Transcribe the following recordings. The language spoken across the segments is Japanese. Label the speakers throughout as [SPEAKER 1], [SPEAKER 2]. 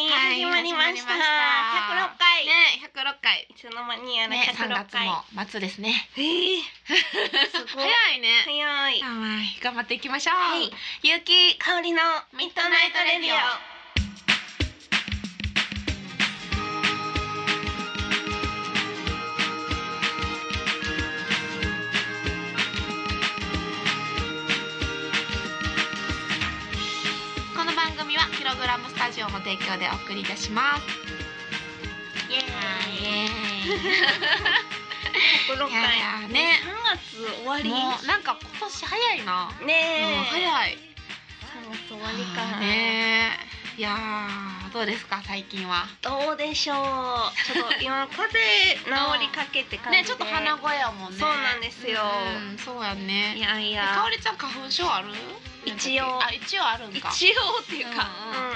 [SPEAKER 1] りました。
[SPEAKER 2] 始まりました
[SPEAKER 1] 106回、
[SPEAKER 2] ね百六回
[SPEAKER 1] いつの間にやら
[SPEAKER 2] ね
[SPEAKER 1] 106
[SPEAKER 2] 三月
[SPEAKER 1] 回。
[SPEAKER 2] も末ですね
[SPEAKER 1] ええすごい。
[SPEAKER 2] 早いね
[SPEAKER 1] 早い。
[SPEAKER 2] はい頑張っていきましょう、
[SPEAKER 1] はい
[SPEAKER 2] ゆうき
[SPEAKER 1] 香りのミッドナイトレディオ。
[SPEAKER 2] この番組はキログラムスタジオの提供でお送りいたします
[SPEAKER 1] イエーイ。106
[SPEAKER 2] いやい
[SPEAKER 1] 回。
[SPEAKER 2] やね
[SPEAKER 1] 3月終 わり。
[SPEAKER 2] もうなんか今年早いな、も
[SPEAKER 1] ね
[SPEAKER 2] う
[SPEAKER 1] え。
[SPEAKER 2] 早い
[SPEAKER 1] 3月終わりか。
[SPEAKER 2] ねいやーどうですか最近は
[SPEAKER 1] どうでしょう。ちょっと今風邪治りかけって感じで。
[SPEAKER 2] ねちょっと鼻声やもんね
[SPEAKER 1] そうなんですよ
[SPEAKER 2] うんそうやね
[SPEAKER 1] いやいや。
[SPEAKER 2] かおりちゃん花粉症ある
[SPEAKER 1] 一応
[SPEAKER 2] あ一応あるんか
[SPEAKER 1] 一応っていうか。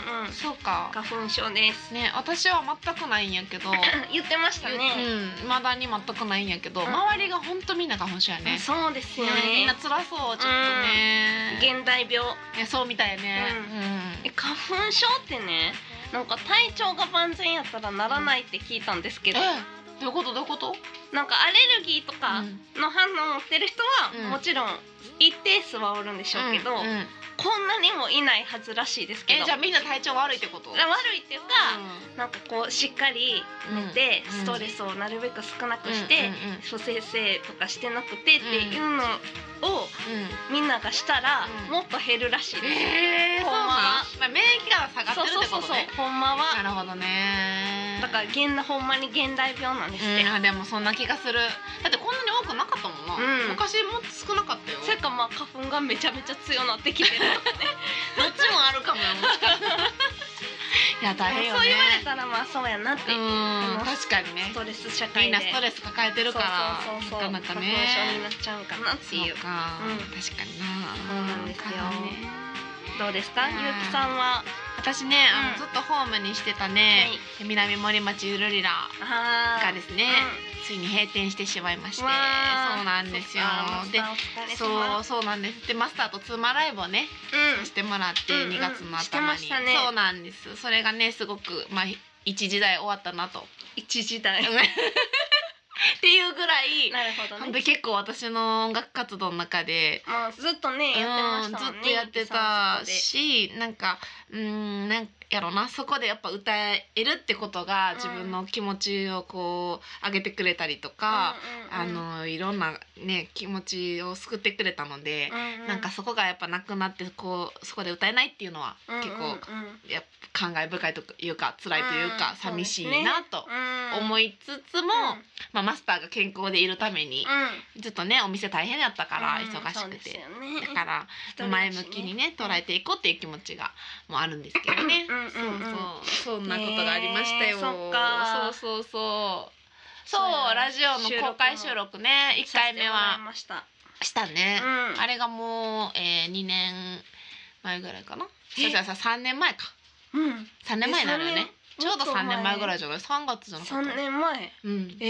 [SPEAKER 2] う
[SPEAKER 1] うんうん。
[SPEAKER 2] そうか
[SPEAKER 1] 花粉症です。
[SPEAKER 2] ね私は全くないんやけど
[SPEAKER 1] 言ってましたね。
[SPEAKER 2] うんまだに全くないんやけど
[SPEAKER 1] うん
[SPEAKER 2] 周りが本当みんな花粉症やね
[SPEAKER 1] そうですよね。
[SPEAKER 2] みんな辛そうちょっとね
[SPEAKER 1] 現代病
[SPEAKER 2] ねそうみたいやね
[SPEAKER 1] うえ花粉症ってねなんか体調が万全やったらならないって聞いたんですけ
[SPEAKER 2] うん
[SPEAKER 1] ど、
[SPEAKER 2] えどういうことどういうこと
[SPEAKER 1] なんかアレルギーとか
[SPEAKER 2] うん
[SPEAKER 1] の反応を持ってる人は、
[SPEAKER 2] うん
[SPEAKER 1] もちろん一定数はおるんでしょうけど、
[SPEAKER 2] うんうん
[SPEAKER 1] こんなにもいないはずらしいですけど
[SPEAKER 2] えじゃあみんな体調悪いってこと
[SPEAKER 1] 悪いっていうか、なんかこうしっかり寝て、
[SPEAKER 2] うん
[SPEAKER 1] ストレスをなるべく少なくして、蘇生性とかしてなくてっていうのをみんながしたら、
[SPEAKER 2] うん
[SPEAKER 1] もっと減るらしいです。
[SPEAKER 2] ええそうなん
[SPEAKER 1] ほんまは
[SPEAKER 2] まあ免疫が下が
[SPEAKER 1] そう
[SPEAKER 2] って
[SPEAKER 1] そ
[SPEAKER 2] るっ
[SPEAKER 1] う
[SPEAKER 2] て
[SPEAKER 1] そ
[SPEAKER 2] こ
[SPEAKER 1] う
[SPEAKER 2] と
[SPEAKER 1] そう
[SPEAKER 2] ね
[SPEAKER 1] ほんまは
[SPEAKER 2] なるほどね
[SPEAKER 1] だから現ほんまに現代病なんですって、
[SPEAKER 2] うん、でもそんな気がするだってこんなに多くなかったもんな、
[SPEAKER 1] うん
[SPEAKER 2] 昔もっと少なかったよ
[SPEAKER 1] それかまあ花粉がめちゃめちゃ強なってきてるとかね
[SPEAKER 2] どっちもあるかもよもしかしたら いや大変よね
[SPEAKER 1] そう言われたらまあそうやなって、
[SPEAKER 2] うん確かにね
[SPEAKER 1] ストレス社会で
[SPEAKER 2] みんなストレス抱えてるから
[SPEAKER 1] そうそうそうそう
[SPEAKER 2] なかなか
[SPEAKER 1] 花粉症に
[SPEAKER 2] ね
[SPEAKER 1] なっちゃうんかなっていう
[SPEAKER 2] そうか、
[SPEAKER 1] うん
[SPEAKER 2] 確かにな
[SPEAKER 1] そうなんですよどうですか
[SPEAKER 2] うん
[SPEAKER 1] ゆうきさんは
[SPEAKER 2] 私ね、あ
[SPEAKER 1] うん
[SPEAKER 2] のずっとホームにしてたね、南森町ゆるりら
[SPEAKER 1] あ
[SPEAKER 2] が
[SPEAKER 1] ー
[SPEAKER 2] ですね、ついに閉店してしまいまして
[SPEAKER 1] うん、
[SPEAKER 2] そう
[SPEAKER 1] わー
[SPEAKER 2] なんですよ
[SPEAKER 1] そっ
[SPEAKER 2] で
[SPEAKER 1] かお疲れ
[SPEAKER 2] そ
[SPEAKER 1] 様
[SPEAKER 2] うそうなんですでマスターとツーマライブをね
[SPEAKER 1] うん
[SPEAKER 2] してもらって
[SPEAKER 1] うんうん
[SPEAKER 2] 2月の頭
[SPEAKER 1] し
[SPEAKER 2] に、
[SPEAKER 1] てましたね
[SPEAKER 2] そうなんですそれがねすごくまあ一時代終わった なとっ
[SPEAKER 1] 一時代
[SPEAKER 2] ていうぐらい
[SPEAKER 1] なるほど
[SPEAKER 2] ほんで
[SPEAKER 1] ね
[SPEAKER 2] 結構私の音楽活動の中で
[SPEAKER 1] まあずっとねやってましたもんね
[SPEAKER 2] うんずっとやってたしなんかうんなんやろなそこでやっぱ歌えるってことが自分の気持ちをこう上げてくれたりとか、あのいろんなね気持ちを救ってくれたので、なんかそこがやっぱなくなってこうそこで歌えないっていうのは結構、やっぱ感慨深いというか辛いというか、
[SPEAKER 1] うん
[SPEAKER 2] 寂しい
[SPEAKER 1] そうですね
[SPEAKER 2] なと思
[SPEAKER 1] い
[SPEAKER 2] いつつも、まあ、マスターが健康でいるために、ずっとねお店大変だったから忙しくて、だから前向きにね捉えていこうっていう気持ちがもうあるんですけどね、
[SPEAKER 1] うんうんうん
[SPEAKER 2] そうそうそんなことがありました
[SPEAKER 1] ね
[SPEAKER 2] よ、
[SPEAKER 1] えそっか
[SPEAKER 2] そうそうそうそう
[SPEAKER 1] そうや
[SPEAKER 2] ラジオの公開収録ね1回目は
[SPEAKER 1] ました、
[SPEAKER 2] したね。
[SPEAKER 1] うん、
[SPEAKER 2] あれがもう、えー、2年前ぐらいかな。
[SPEAKER 1] え
[SPEAKER 2] そうそうそう3年前か。
[SPEAKER 1] うん、
[SPEAKER 2] 3年前になるよね。
[SPEAKER 1] え
[SPEAKER 2] ちょうど3年前ぐらい
[SPEAKER 1] じ
[SPEAKER 2] じゃない ?3 月じゃなか
[SPEAKER 1] 3
[SPEAKER 2] った。
[SPEAKER 1] 年前
[SPEAKER 2] うん。
[SPEAKER 1] え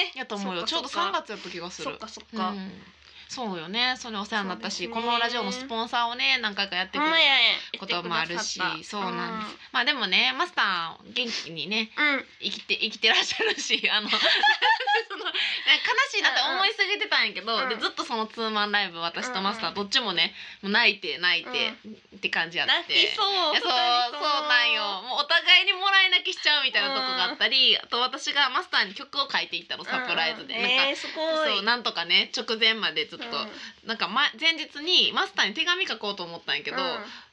[SPEAKER 1] え
[SPEAKER 2] やと思うよ。ちょうど3月やった気がす
[SPEAKER 1] そっ
[SPEAKER 2] る。
[SPEAKER 1] かそっか、
[SPEAKER 2] うんそうよね。それお世話になった
[SPEAKER 1] そ
[SPEAKER 2] し、
[SPEAKER 1] うで
[SPEAKER 2] こ
[SPEAKER 1] すね
[SPEAKER 2] のラジオのスポンサーをね何回かやってくれたこともあるし、そうなんです。まあでもね、マスター元気にね
[SPEAKER 1] うん、
[SPEAKER 2] 生きて生きてらっしゃる し、あのその。なんか悲しいなって思いすぎてたんやけど、
[SPEAKER 1] うん
[SPEAKER 2] でずっとそのツーマンライブ私とマス
[SPEAKER 1] う
[SPEAKER 2] ター
[SPEAKER 1] ん
[SPEAKER 2] どっちもねもう泣いて泣いて、って感じやって
[SPEAKER 1] 泣きそう
[SPEAKER 2] いやそうそうなんよもうお互いにもらい泣きしちゃうみたいなとこがあったり、あと私がマスターに曲を書いていったのサプライズで、なん
[SPEAKER 1] え
[SPEAKER 2] か、
[SPEAKER 1] ー、すごい
[SPEAKER 2] そうなんとかね直前までずっと、なんか、ま、前日にマスターに手紙書こうと思ったんやけど、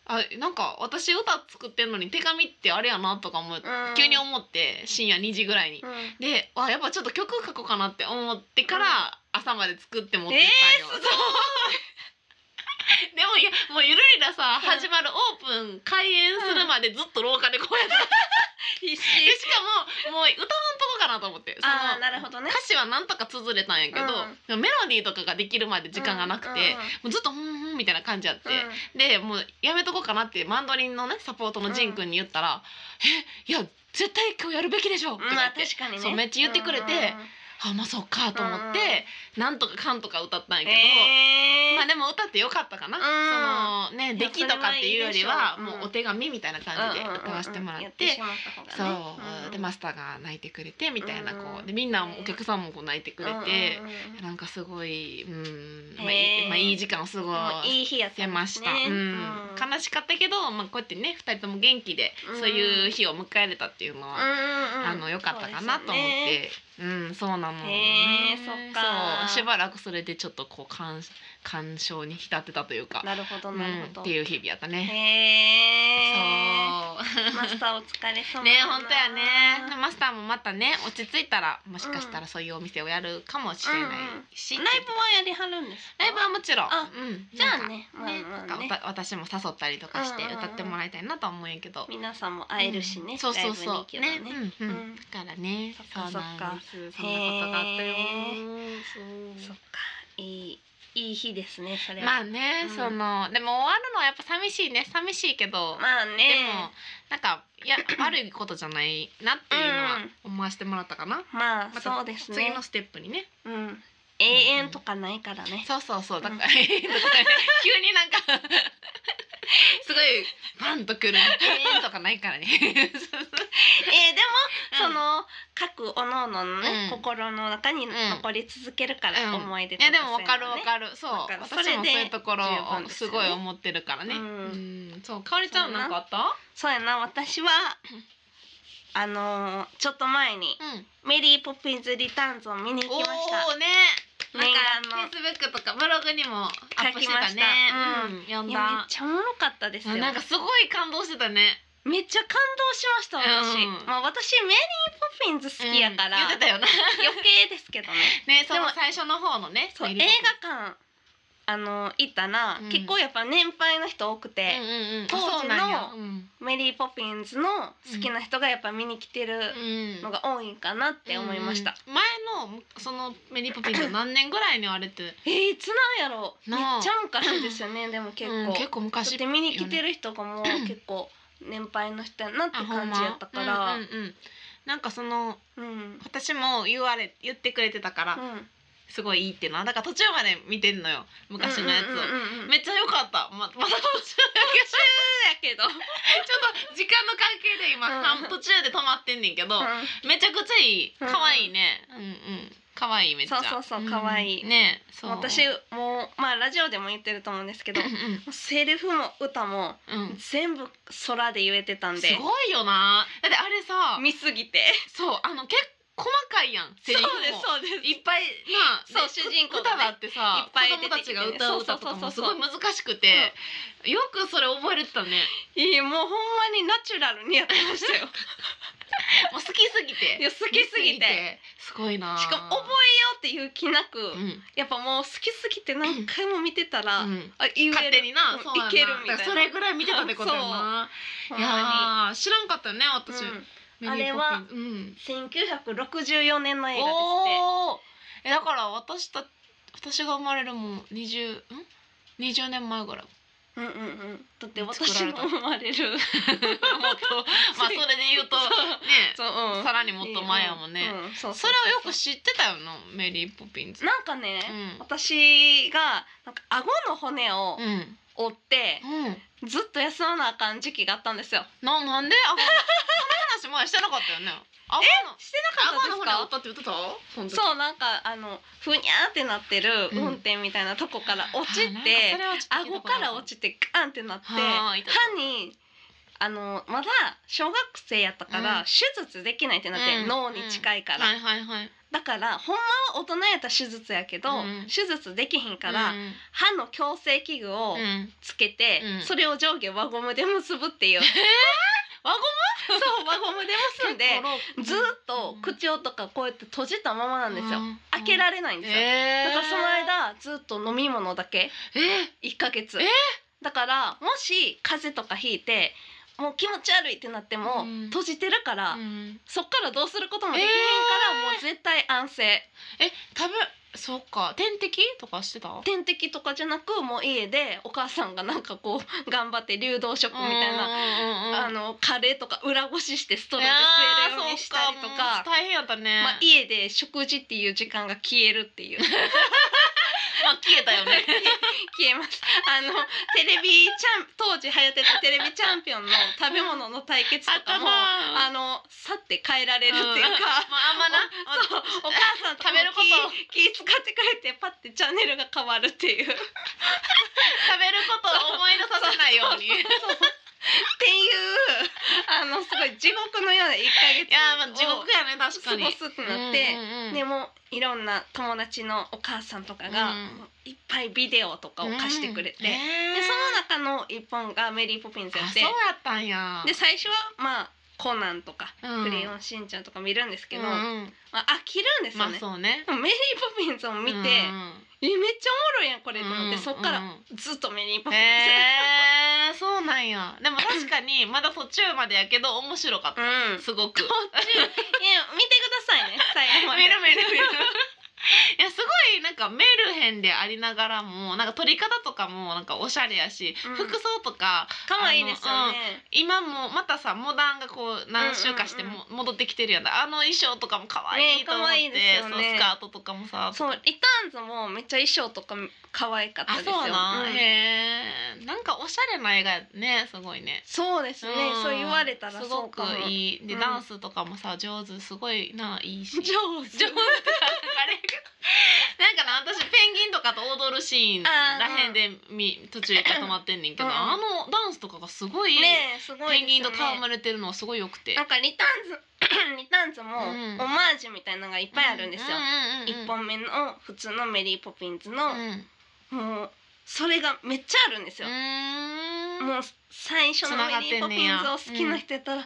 [SPEAKER 2] あなんか私歌作ってんのに手紙ってあれやなとか思って、
[SPEAKER 1] うん
[SPEAKER 2] 急に思って深夜2時ぐらいに。であやっぱちょっと曲書こうかなって思ってから、
[SPEAKER 1] うん
[SPEAKER 2] 朝まで作って持ってったんよ、そう でもいやもうゆるりら
[SPEAKER 1] うん
[SPEAKER 2] さ、始まるオープン開演するまでずっと廊下でこうやって、
[SPEAKER 1] 必死
[SPEAKER 2] でしかももう歌わんとこかなと思ってそ
[SPEAKER 1] あー
[SPEAKER 2] の
[SPEAKER 1] なるほどね
[SPEAKER 2] 歌詞はなんとか綴れたんやけど、
[SPEAKER 1] うん
[SPEAKER 2] でもメロディーとかができるまで時間がなくて、もうずっと「ふんふん」みたいな感じやって、でもうやめとこうかなってマンドリンのねサポートのジン君に言ったら「えいや絶対今日やるべきでしょ」とか
[SPEAKER 1] ま
[SPEAKER 2] 言
[SPEAKER 1] あ
[SPEAKER 2] って
[SPEAKER 1] 確かにね
[SPEAKER 2] そうめっちゃ言ってくれて、あまあそうかと思って、なんとかかんとか歌ったんやけど、
[SPEAKER 1] えー、
[SPEAKER 2] まあでも歌っってよかったかな、
[SPEAKER 1] うん
[SPEAKER 2] そのね
[SPEAKER 1] や
[SPEAKER 2] 出来とかっていうよりは
[SPEAKER 1] それはいいでしょう
[SPEAKER 2] もうお手紙みたいな感じで
[SPEAKER 1] うんうんうんうん
[SPEAKER 2] 歌わせてもらって,、
[SPEAKER 1] やってしまった方
[SPEAKER 2] そう
[SPEAKER 1] がね、んん
[SPEAKER 2] でマスターが泣いてくれてみたいなこ
[SPEAKER 1] う
[SPEAKER 2] うんでみんなもお客さんもこう泣いてくれて
[SPEAKER 1] うんうんうん
[SPEAKER 2] なんかすごい、うんまあ
[SPEAKER 1] へ
[SPEAKER 2] い
[SPEAKER 1] え
[SPEAKER 2] いまあ、いい時間を過ご
[SPEAKER 1] もういい日やっ
[SPEAKER 2] せ
[SPEAKER 1] たん
[SPEAKER 2] ま
[SPEAKER 1] で
[SPEAKER 2] し
[SPEAKER 1] す
[SPEAKER 2] た、
[SPEAKER 1] ね
[SPEAKER 2] うん
[SPEAKER 1] うん
[SPEAKER 2] 悲しかったけど、まあ、こうやってね2人とも元気で
[SPEAKER 1] うん
[SPEAKER 2] そういう日を迎えれたっていうのは、あ
[SPEAKER 1] あ
[SPEAKER 2] の良かったかなと思ってう,、んそうなの
[SPEAKER 1] へえそっか
[SPEAKER 2] そうしばらくそれでちょっとこう感感傷に浸ってたというか、
[SPEAKER 1] なるほど
[SPEAKER 2] う
[SPEAKER 1] なる
[SPEAKER 2] ん、
[SPEAKER 1] ほ
[SPEAKER 2] っ
[SPEAKER 1] ど。
[SPEAKER 2] ていう日々やったね。
[SPEAKER 1] へえ。
[SPEAKER 2] そう
[SPEAKER 1] マスターお疲れ様だな。
[SPEAKER 2] ね本当やねでマスターもまたね落ち着いたらもしかしたらそういうお店をやるかもしれないし、
[SPEAKER 1] ライブはやりはるんですか。
[SPEAKER 2] ライブはもちろん
[SPEAKER 1] あ
[SPEAKER 2] うん、
[SPEAKER 1] じゃあね
[SPEAKER 2] なんかね
[SPEAKER 1] まあまあね
[SPEAKER 2] なんかわた私も誘ったりとかして
[SPEAKER 1] うんうんうん
[SPEAKER 2] 歌ってもらいたいなとは思うんやけど、
[SPEAKER 1] 皆さんも会えるしね。
[SPEAKER 2] うんそうそうそ
[SPEAKER 1] ライブ
[SPEAKER 2] う
[SPEAKER 1] に行けばね。
[SPEAKER 2] うんうん
[SPEAKER 1] うん
[SPEAKER 2] だからね
[SPEAKER 1] そっか
[SPEAKER 2] うなんですそんなことがあったよ
[SPEAKER 1] そ
[SPEAKER 2] そ
[SPEAKER 1] っかいいいい日ですねそれは。
[SPEAKER 2] うまあね、
[SPEAKER 1] うん
[SPEAKER 2] そのでも終わるのはやっぱ寂しいね寂しいけど、
[SPEAKER 1] まあ
[SPEAKER 2] でも
[SPEAKER 1] ね。
[SPEAKER 2] なんか いや悪いことじゃないなっていうのは
[SPEAKER 1] うん
[SPEAKER 2] 思わせてもらったかな、
[SPEAKER 1] まあ
[SPEAKER 2] また
[SPEAKER 1] そうですね
[SPEAKER 2] 次の。ステップにね
[SPEAKER 1] うん永遠とかないからね。
[SPEAKER 2] そうそうそうだか
[SPEAKER 1] う
[SPEAKER 2] ら、
[SPEAKER 1] ん
[SPEAKER 2] 急になんか すごいパンとくる永 遠とかないからね
[SPEAKER 1] えーでも
[SPEAKER 2] う ん
[SPEAKER 1] その各各々のね
[SPEAKER 2] うん
[SPEAKER 1] 心の中に
[SPEAKER 2] ん
[SPEAKER 1] 残り続けるから
[SPEAKER 2] うん
[SPEAKER 1] 思い出
[SPEAKER 2] いやでもわかるわ
[SPEAKER 1] る。
[SPEAKER 2] かるそう
[SPEAKER 1] わかる
[SPEAKER 2] 私
[SPEAKER 1] それで
[SPEAKER 2] もそういうところ
[SPEAKER 1] 十分です
[SPEAKER 2] す
[SPEAKER 1] よね
[SPEAKER 2] ごい思ってるからね、う
[SPEAKER 1] うんん
[SPEAKER 2] そうかおりちゃんなんかあった
[SPEAKER 1] そうやな私はあのーちょっと前に
[SPEAKER 2] うん
[SPEAKER 1] メリーポピンズリターンズを見に行き
[SPEAKER 2] お
[SPEAKER 1] ました。
[SPEAKER 2] おーねなん
[SPEAKER 1] 念
[SPEAKER 2] か
[SPEAKER 1] 願の
[SPEAKER 2] フェイスブックとかブログにもアップしてた
[SPEAKER 1] 書きまし
[SPEAKER 2] ね
[SPEAKER 1] た
[SPEAKER 2] うん読ん
[SPEAKER 1] いやめっ
[SPEAKER 2] だ
[SPEAKER 1] ちゃおもろかったですよ。
[SPEAKER 2] なんかすごい感動してたね
[SPEAKER 1] めっちゃ感動しました私。
[SPEAKER 2] うん
[SPEAKER 1] まあ私メリーポピンズ好きやから、
[SPEAKER 2] うん言ってたよな
[SPEAKER 1] 余計ですけどね。
[SPEAKER 2] ねそ
[SPEAKER 1] で
[SPEAKER 2] の
[SPEAKER 1] も
[SPEAKER 2] 最初の方のね
[SPEAKER 1] そう映
[SPEAKER 2] メリー
[SPEAKER 1] 画館
[SPEAKER 2] ポ
[SPEAKER 1] あの行ったら、
[SPEAKER 2] うん
[SPEAKER 1] 結構やっぱ年配の人多くて。
[SPEAKER 2] うんうんうん、
[SPEAKER 1] 当時の
[SPEAKER 2] そうなんやうん
[SPEAKER 1] メリーポピンズの好きな人がやっぱ見に来てる
[SPEAKER 2] うん
[SPEAKER 1] のが多いかなって思いました。
[SPEAKER 2] うん前のそのメリーポピンズ何年ぐらいにあれって
[SPEAKER 1] えー、いつなんやろめっ
[SPEAKER 2] なあ
[SPEAKER 1] ちゃ昔ですよねでも結構。
[SPEAKER 2] うん結構
[SPEAKER 1] だっ
[SPEAKER 2] 昔
[SPEAKER 1] て見に来てる人がもう結構年配の人やなって
[SPEAKER 2] あほん
[SPEAKER 1] 感
[SPEAKER 2] ま
[SPEAKER 1] じやったから。う
[SPEAKER 2] う
[SPEAKER 1] んん
[SPEAKER 2] うんうんなんかその
[SPEAKER 1] うん
[SPEAKER 2] 私も言われ言ってくれてたから、すごいいいってなだから途中まで見てんのよ昔のやつを、
[SPEAKER 1] を
[SPEAKER 2] めっちゃ良かったままだ途中 だ
[SPEAKER 1] け
[SPEAKER 2] けど
[SPEAKER 1] ど、
[SPEAKER 2] ちょっと時間の関係で今、
[SPEAKER 1] うん
[SPEAKER 2] 半途中で止まってんねんけど、めちゃくちゃいい可愛いね、うん、うん可愛いめっちゃ
[SPEAKER 1] そうそうそう可愛い
[SPEAKER 2] うんねそう
[SPEAKER 1] 私もうまあラジオでも言ってると思うんですけ
[SPEAKER 2] う
[SPEAKER 1] ど
[SPEAKER 2] んうん
[SPEAKER 1] セリフも歌も
[SPEAKER 2] うん
[SPEAKER 1] 全部空で言えてたん
[SPEAKER 2] す
[SPEAKER 1] で
[SPEAKER 2] ごいよなだってあれさ
[SPEAKER 1] 見すぎて
[SPEAKER 2] そうあの結構細かいやんセリフも
[SPEAKER 1] そうです
[SPEAKER 2] いっぱいなあ
[SPEAKER 1] そう
[SPEAKER 2] ね
[SPEAKER 1] 主人公
[SPEAKER 2] 歌
[SPEAKER 1] がね
[SPEAKER 2] だってさ
[SPEAKER 1] いっぱい
[SPEAKER 2] 子供たちが
[SPEAKER 1] 出てきてね
[SPEAKER 2] 歌う歌とか
[SPEAKER 1] そ
[SPEAKER 2] も
[SPEAKER 1] う
[SPEAKER 2] す
[SPEAKER 1] そうそう
[SPEAKER 2] ご
[SPEAKER 1] そ
[SPEAKER 2] いう難しくてよくそれ覚えれてたね
[SPEAKER 1] いいもうほんまにナチュラルにやってましたよ
[SPEAKER 2] もう好きすぎて
[SPEAKER 1] いや好きすぎて
[SPEAKER 2] すごいな
[SPEAKER 1] しかも覚えようっていう気なく、
[SPEAKER 2] うん
[SPEAKER 1] やっぱもう好きすぎて何回も見てたら、
[SPEAKER 2] うん
[SPEAKER 1] あ言える
[SPEAKER 2] 勝手にな
[SPEAKER 1] うん
[SPEAKER 2] そうやない
[SPEAKER 1] けるみたいな
[SPEAKER 2] だからそれぐらい見てたってことやな
[SPEAKER 1] ほん
[SPEAKER 2] い
[SPEAKER 1] ま
[SPEAKER 2] やー知らんかったよね
[SPEAKER 1] に、
[SPEAKER 2] 私
[SPEAKER 1] うん、
[SPEAKER 2] メリーポピンズうん
[SPEAKER 1] 1964年の映画ですって
[SPEAKER 2] おおーえだから私た私が生まれるもう20ん20年 前ぐらい
[SPEAKER 1] うんうんうんだって
[SPEAKER 2] 作
[SPEAKER 1] 私
[SPEAKER 2] られ
[SPEAKER 1] の
[SPEAKER 2] た
[SPEAKER 1] 生まれ る
[SPEAKER 2] もっと まあそれで言うとね
[SPEAKER 1] そう、うん
[SPEAKER 2] さらにもっと前やもんね、
[SPEAKER 1] うんうんそう
[SPEAKER 2] それをよく知ってたよなメリー・ポピンズ。
[SPEAKER 1] なんかね、
[SPEAKER 2] うん
[SPEAKER 1] 私がなんか顎の骨を
[SPEAKER 2] うん、うん、
[SPEAKER 1] 折って、ずっと休まなあかん時期があったんですよ
[SPEAKER 2] ななんであその話前してなかったよね。あの
[SPEAKER 1] してなかった
[SPEAKER 2] 顎
[SPEAKER 1] で
[SPEAKER 2] の
[SPEAKER 1] す
[SPEAKER 2] 骨
[SPEAKER 1] か
[SPEAKER 2] 折ったって言ってた？その時
[SPEAKER 1] そうなんかあのふにゃーってなってる
[SPEAKER 2] うん
[SPEAKER 1] 運転みたいなとこから落ちて、
[SPEAKER 2] あなんかそれはちょっと聞
[SPEAKER 1] 顎
[SPEAKER 2] いたことあ
[SPEAKER 1] か
[SPEAKER 2] る
[SPEAKER 1] ら落ちてガーンってなって
[SPEAKER 2] は
[SPEAKER 1] 歯
[SPEAKER 2] ーい
[SPEAKER 1] にあのまだ小学生やったから、
[SPEAKER 2] うん
[SPEAKER 1] 手術できないってなって、
[SPEAKER 2] うん
[SPEAKER 1] 脳に近いから、
[SPEAKER 2] はいはいはい。
[SPEAKER 1] だからほんまは大人やったら手術やけど、
[SPEAKER 2] うん
[SPEAKER 1] 手術できひんから、
[SPEAKER 2] うん
[SPEAKER 1] 歯の矯正器具を
[SPEAKER 2] うん
[SPEAKER 1] つけて、
[SPEAKER 2] うん
[SPEAKER 1] それを上下輪ゴムで結ぶっていう
[SPEAKER 2] 輪ゴ
[SPEAKER 1] そう輪ゴムで結んで
[SPEAKER 2] ム
[SPEAKER 1] ずーっと口をとかこうやって閉じたままなんですよ、開け
[SPEAKER 2] れ
[SPEAKER 1] られないんですよ、だからその
[SPEAKER 2] 間
[SPEAKER 1] 間ずっと飲み物だけ
[SPEAKER 2] えー
[SPEAKER 1] 1ヶ月、
[SPEAKER 2] え
[SPEAKER 1] だからもし風邪とかひいてもう気持ち悪いってなっても、
[SPEAKER 2] うん
[SPEAKER 1] 閉じてるから、
[SPEAKER 2] うん
[SPEAKER 1] そっからどうすることもできへんか
[SPEAKER 2] え
[SPEAKER 1] ら、
[SPEAKER 2] ー
[SPEAKER 1] もう絶対安静
[SPEAKER 2] え食べそっか点滴とかしてた？
[SPEAKER 1] 点滴とかじゃなくもう家でお母さんがなんかこう 頑張って流動食みたいな、
[SPEAKER 2] な
[SPEAKER 1] あのカレーとか裏ごししてストローで吸えるようにしたりとか
[SPEAKER 2] 大変やったね。
[SPEAKER 1] まあ、家で食事っていう時間が消えるっていう
[SPEAKER 2] え 消えたよね。
[SPEAKER 1] 消えますあのテレビチャン当時流行ってたテレビチャンピオンの食べ物の対決とかも
[SPEAKER 2] あ
[SPEAKER 1] あの去って変えられるっていう
[SPEAKER 2] うん
[SPEAKER 1] か、
[SPEAKER 2] まあ、あんまな。
[SPEAKER 1] そうお母さんとかも
[SPEAKER 2] 食べること
[SPEAKER 1] 気気使ってくれてパッてチャンネルが変わるっていう。
[SPEAKER 2] 食べることを思い出させないように。い
[SPEAKER 1] っていうあのすごい地獄のような1ヶ月
[SPEAKER 2] や、まあ、地獄やね、確か
[SPEAKER 1] 過
[SPEAKER 2] に。
[SPEAKER 1] ごすくなって。でもいろんな友達のお母さんとかが、
[SPEAKER 2] うん
[SPEAKER 1] いっぱいビデオとかを貸してくれて、
[SPEAKER 2] うんえー
[SPEAKER 1] でその中の一本が「メリー・ポピンズ」や
[SPEAKER 2] あ
[SPEAKER 1] っ
[SPEAKER 2] そ
[SPEAKER 1] て
[SPEAKER 2] うやったんや。
[SPEAKER 1] で最初はまあコナンとか「
[SPEAKER 2] うん
[SPEAKER 1] クレヨンしんちゃん」とか見るんですけど、
[SPEAKER 2] うん
[SPEAKER 1] ま
[SPEAKER 2] うん
[SPEAKER 1] あ、飽きるんです
[SPEAKER 2] ま
[SPEAKER 1] よ
[SPEAKER 2] あ
[SPEAKER 1] ね。
[SPEAKER 2] そうね。
[SPEAKER 1] でもメリー・ポピンズを見て、
[SPEAKER 2] う
[SPEAKER 1] え
[SPEAKER 2] ん
[SPEAKER 1] めっちゃおもろいやんこれと思って、
[SPEAKER 2] うん
[SPEAKER 1] そっか
[SPEAKER 2] う
[SPEAKER 1] ら
[SPEAKER 2] ん
[SPEAKER 1] ずっとメリー・ポピンズ、
[SPEAKER 2] へえ、そうなんや。でも確かにまだ途中までやけど面白かっ
[SPEAKER 1] う
[SPEAKER 2] た。
[SPEAKER 1] ん、
[SPEAKER 2] すごく。
[SPEAKER 1] い や見てくださいね最後まで
[SPEAKER 2] 見る見る見る。 いやすごいなんかメルヘンでありながらもなんか撮り方とかもなんかおしゃれやし、
[SPEAKER 1] うん
[SPEAKER 2] 服装とか
[SPEAKER 1] 可愛いですよね、
[SPEAKER 2] 今もまたさモダンがこう何週かして
[SPEAKER 1] うんうん
[SPEAKER 2] も、戻ってきてるやんあの衣装とかも可愛いと思って、
[SPEAKER 1] ね可愛いですよね
[SPEAKER 2] そうスカートとかもさ
[SPEAKER 1] そうリターンズもめっちゃ衣装とか可愛かった
[SPEAKER 2] あ
[SPEAKER 1] です
[SPEAKER 2] そ
[SPEAKER 1] よ
[SPEAKER 2] うな、
[SPEAKER 1] うん
[SPEAKER 2] へえんかおしゃれな映画やねすごいね
[SPEAKER 1] そうですね、
[SPEAKER 2] ん
[SPEAKER 1] そう言われたら
[SPEAKER 2] す
[SPEAKER 1] そ
[SPEAKER 2] ご
[SPEAKER 1] う
[SPEAKER 2] く
[SPEAKER 1] かも
[SPEAKER 2] いいで、
[SPEAKER 1] うん
[SPEAKER 2] ダンスとかもさ上手すごいないいし
[SPEAKER 1] 上手
[SPEAKER 2] 上手 あれなんかな私ペンギンとかと踊るシーン
[SPEAKER 1] あー
[SPEAKER 2] らへんでみ途中一回止まってんねんけど、
[SPEAKER 1] うん
[SPEAKER 2] あのダンスとかがすごい、
[SPEAKER 1] ねえすごいですよね
[SPEAKER 2] ペンギンと戯れてるのがすごい良くて
[SPEAKER 1] なんかリタ ーンズリターンズも
[SPEAKER 2] うん
[SPEAKER 1] オマージュみたいなのがいっぱいあるんですよ、
[SPEAKER 2] う
[SPEAKER 1] 一
[SPEAKER 2] んうん
[SPEAKER 1] 本
[SPEAKER 2] うんうん、
[SPEAKER 1] 目の普通のメリーポピンズの、
[SPEAKER 2] うん
[SPEAKER 1] もうそれがめっちゃあるんですよ、
[SPEAKER 2] うーん
[SPEAKER 1] もう最初のメリーポピンズを好きな人やったら、
[SPEAKER 2] うん
[SPEAKER 1] あ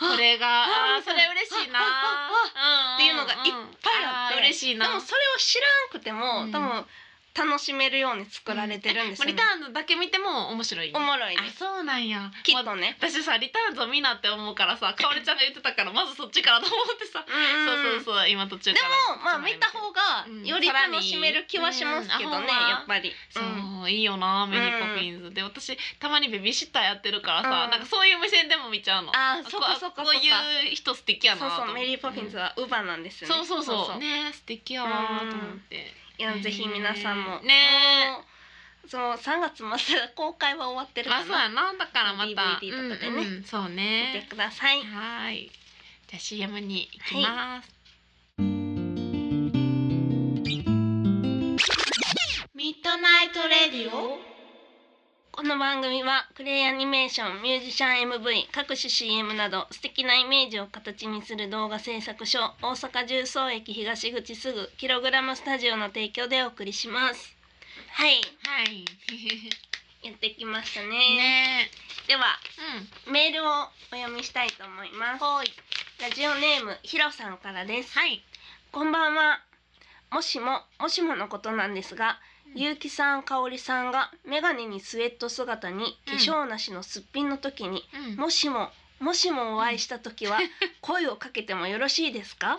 [SPEAKER 2] これが
[SPEAKER 1] あ
[SPEAKER 2] あーそれ嬉しいな
[SPEAKER 1] あ
[SPEAKER 2] う
[SPEAKER 1] って
[SPEAKER 2] ん
[SPEAKER 1] いうのがいっぱいあって
[SPEAKER 2] ー嬉しいな
[SPEAKER 1] でもそれを知らんくても、
[SPEAKER 2] うん
[SPEAKER 1] 多分楽しめるように作られてるんですよ、ね
[SPEAKER 2] もうリターンズだけ見ても面白い、
[SPEAKER 1] おもろいで
[SPEAKER 2] あ
[SPEAKER 1] す
[SPEAKER 2] そうなんや
[SPEAKER 1] きっ
[SPEAKER 2] もう
[SPEAKER 1] とね
[SPEAKER 2] 私さリターンズを見なって思うか らさかおりちゃんが言ってたからまずそっちからと思ってさ、
[SPEAKER 1] うんうんうん
[SPEAKER 2] そうそうそう今途中
[SPEAKER 1] で
[SPEAKER 2] から
[SPEAKER 1] もまあ見た方が
[SPEAKER 2] うん
[SPEAKER 1] より
[SPEAKER 2] さらに
[SPEAKER 1] 楽しめる気はしますけどね、
[SPEAKER 2] うんあほんま
[SPEAKER 1] やっぱり。、
[SPEAKER 2] そううんいいよなメリーポピンズ、で私たまにベビーシッターやってるからさ、
[SPEAKER 1] うん
[SPEAKER 2] なんかそういう目線でも見ちゃうの
[SPEAKER 1] あそっかそっかそっか
[SPEAKER 2] ここいう人素敵やな
[SPEAKER 1] そう
[SPEAKER 2] と思
[SPEAKER 1] そうメリー・ポピンズはウバなんですよね。
[SPEAKER 2] そうそうそうね素敵やわと思って、
[SPEAKER 1] いやぜひ皆さんも。
[SPEAKER 2] ねえ
[SPEAKER 1] もうそう3月末だ公開は終わってる
[SPEAKER 2] まあ
[SPEAKER 1] か
[SPEAKER 2] そうや
[SPEAKER 1] な。
[SPEAKER 2] なだからまた
[SPEAKER 1] DVD とかでね
[SPEAKER 2] うんうんそう
[SPEAKER 1] 見て
[SPEAKER 2] ね
[SPEAKER 1] ください。
[SPEAKER 2] はーいじゃあ CM に行きます、
[SPEAKER 1] ミッドナイトレディオこの番組はクレイアニメーションミュージシャン MV 各種 CM など素敵なイメージを形にする動画制作所大阪重曹駅東口すぐキログラムスタジオの提供でお送りしますはい
[SPEAKER 2] はい
[SPEAKER 1] やってきましたね
[SPEAKER 2] ね
[SPEAKER 1] では
[SPEAKER 2] う
[SPEAKER 1] メールをお読みしたいと思います
[SPEAKER 2] んはい
[SPEAKER 1] ラジオネームひろさんからです
[SPEAKER 2] はい
[SPEAKER 1] こんばんはもしももしものことなんですが
[SPEAKER 2] うん
[SPEAKER 1] ゆうきさんかおりさんがメガネにスウェット姿に
[SPEAKER 2] う
[SPEAKER 1] 化
[SPEAKER 2] ん
[SPEAKER 1] 粧なしのすっぴんの時に、
[SPEAKER 2] うん
[SPEAKER 1] もしももしもお会いした時は声をかけてもよろしいです か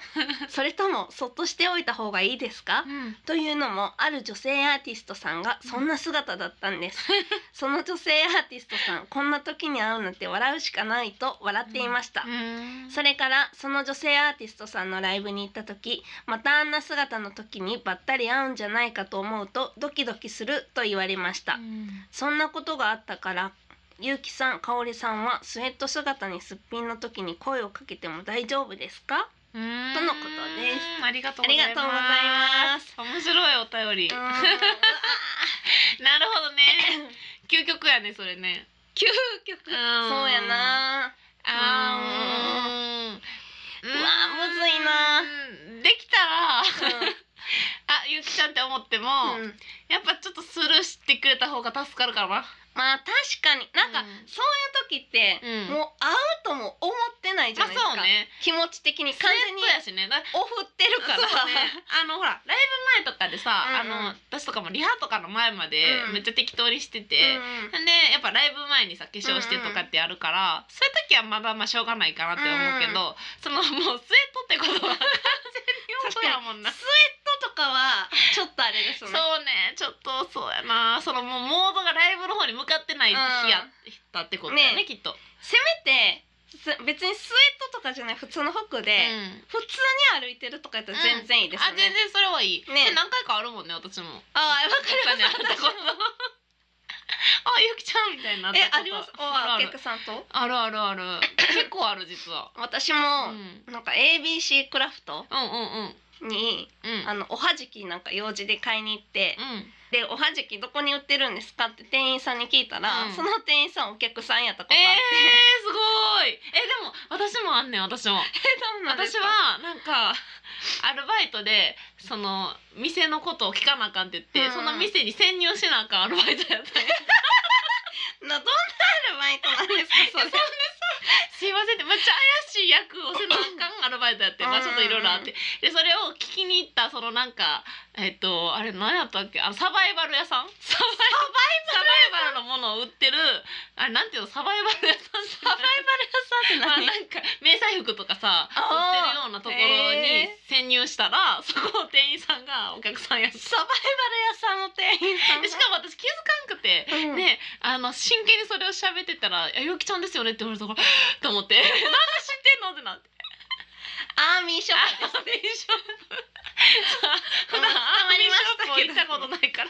[SPEAKER 1] それともそっとしておいた方がいいですか
[SPEAKER 2] うん
[SPEAKER 1] というのもある女性アーティストさんがそんな姿だったんですその女性アーティストさんこんな時に会うなんて笑うしかないと笑っていました、
[SPEAKER 2] うん
[SPEAKER 1] それからその女性アーティストさんのライブに行った時またあんな姿の時にばったり会うんじゃないかと思うとドキドキすると言われました、
[SPEAKER 2] うん
[SPEAKER 1] そんなことがあったからゆうきさんかおりさんはスウェット姿にすっぴんの時に声をかけても大丈夫ですか
[SPEAKER 2] との
[SPEAKER 1] とのことです。
[SPEAKER 2] ありがとうございます。
[SPEAKER 1] ありがとうございます
[SPEAKER 2] 面白いお便り。
[SPEAKER 1] うーん
[SPEAKER 2] なるほどね。究極やねそれね。
[SPEAKER 1] 究極そうやな
[SPEAKER 2] あーうーん。
[SPEAKER 1] うわむずいな
[SPEAKER 2] うん。できた
[SPEAKER 1] う
[SPEAKER 2] ら、あゆきちゃんって思っても、
[SPEAKER 1] ん、うん
[SPEAKER 2] やっぱちょっとスルーしてくれた方が助かるからな。
[SPEAKER 1] まあ確かになんか、
[SPEAKER 2] うん
[SPEAKER 1] そういう時って、
[SPEAKER 2] うん
[SPEAKER 1] もう会うとも思ってないじゃ
[SPEAKER 2] まあ
[SPEAKER 1] ないですか、気
[SPEAKER 2] そうね。
[SPEAKER 1] 持ち的に完
[SPEAKER 2] 完
[SPEAKER 1] 全
[SPEAKER 2] 全
[SPEAKER 1] に
[SPEAKER 2] にやしね。だ
[SPEAKER 1] オフってるから
[SPEAKER 2] そうね、あのほらライブ前とかでさ、
[SPEAKER 1] うんうん
[SPEAKER 2] あの私とかもリハとかの前まで
[SPEAKER 1] うん
[SPEAKER 2] めっちゃ適当にしてて、
[SPEAKER 1] うん
[SPEAKER 2] でやっぱライブ前にさ化粧してとかってやるから、そういう時はまだまあしょうがないかなって思うけど、そのもうスウェットってことは完全にやもんな
[SPEAKER 1] スウェットとかはちょっとあれです
[SPEAKER 2] そ
[SPEAKER 1] も
[SPEAKER 2] うんねちょっとそうやなそのもうモードがライブの方に向かってない日やったってことやね、
[SPEAKER 1] ね
[SPEAKER 2] きっと。
[SPEAKER 1] せめてす別にスウェットとかじゃない普通の服で、
[SPEAKER 2] うん
[SPEAKER 1] 普通に歩いてるとかやったら全然いいです
[SPEAKER 2] あ
[SPEAKER 1] よね、
[SPEAKER 2] 全然それはいい、
[SPEAKER 1] ね
[SPEAKER 2] ね、何回かあるもんね私も
[SPEAKER 1] ああわかります
[SPEAKER 2] ねあったことあゆきちゃんみたいになった
[SPEAKER 1] え
[SPEAKER 2] こと
[SPEAKER 1] ありますお
[SPEAKER 2] あ
[SPEAKER 1] あ
[SPEAKER 2] る
[SPEAKER 1] お客さんと
[SPEAKER 2] あるあるある ある結構ある実は
[SPEAKER 1] 私
[SPEAKER 2] うん
[SPEAKER 1] も
[SPEAKER 2] うん、
[SPEAKER 1] なんか ABC クラフト
[SPEAKER 2] うんうん
[SPEAKER 1] に
[SPEAKER 2] うん
[SPEAKER 1] あのおはじきなんか用事で買いに行って
[SPEAKER 2] うん
[SPEAKER 1] でおはじきどこに売ってるんですかって店員さんに聞いたら、
[SPEAKER 2] うん
[SPEAKER 1] その店員さんお客さんやったこと
[SPEAKER 2] え
[SPEAKER 1] あっ
[SPEAKER 2] ー、
[SPEAKER 1] て、
[SPEAKER 2] すごいえでも私もあんねん私
[SPEAKER 1] そ
[SPEAKER 2] も
[SPEAKER 1] うなんです
[SPEAKER 2] 私
[SPEAKER 1] か
[SPEAKER 2] はなん かアルバイトでその店のことを聞かなあかんって言って、
[SPEAKER 1] うん
[SPEAKER 2] その店に潜入しなあかんアルバイトやったんや
[SPEAKER 1] などんなアルバイトなんですかそれ
[SPEAKER 2] すいませんってめっちゃ怪しい役をせな あかんアルバイトやって、まあ、ちょっといろいろあってでそれを聞きに行ったそのなんかえっとあれ何やったっけあのサバイバル屋さんサバイバルサバイバルのものを売ってるあれなんていうのサバイバル屋さんって
[SPEAKER 1] サバイバル屋
[SPEAKER 2] ま
[SPEAKER 1] さ
[SPEAKER 2] あ
[SPEAKER 1] んって何、
[SPEAKER 2] なんか迷彩服とかさ売って
[SPEAKER 1] あー
[SPEAKER 2] るようなところに潜入したらそこの店員さんがお客さんやってし
[SPEAKER 1] サバイバル屋さんの店員さん
[SPEAKER 2] かも
[SPEAKER 1] が
[SPEAKER 2] 私気づかんくて、
[SPEAKER 1] うん
[SPEAKER 2] ねあの真剣にそれを喋ってたら「えゆきちゃんですよね」って言われたから と思って「なんで知ってんの?」ってなって
[SPEAKER 1] アーミーショップ
[SPEAKER 2] アーミーシ ョップ普
[SPEAKER 1] うん
[SPEAKER 2] 段アーミーショップ行
[SPEAKER 1] 伝わりましけど
[SPEAKER 2] ったたことないから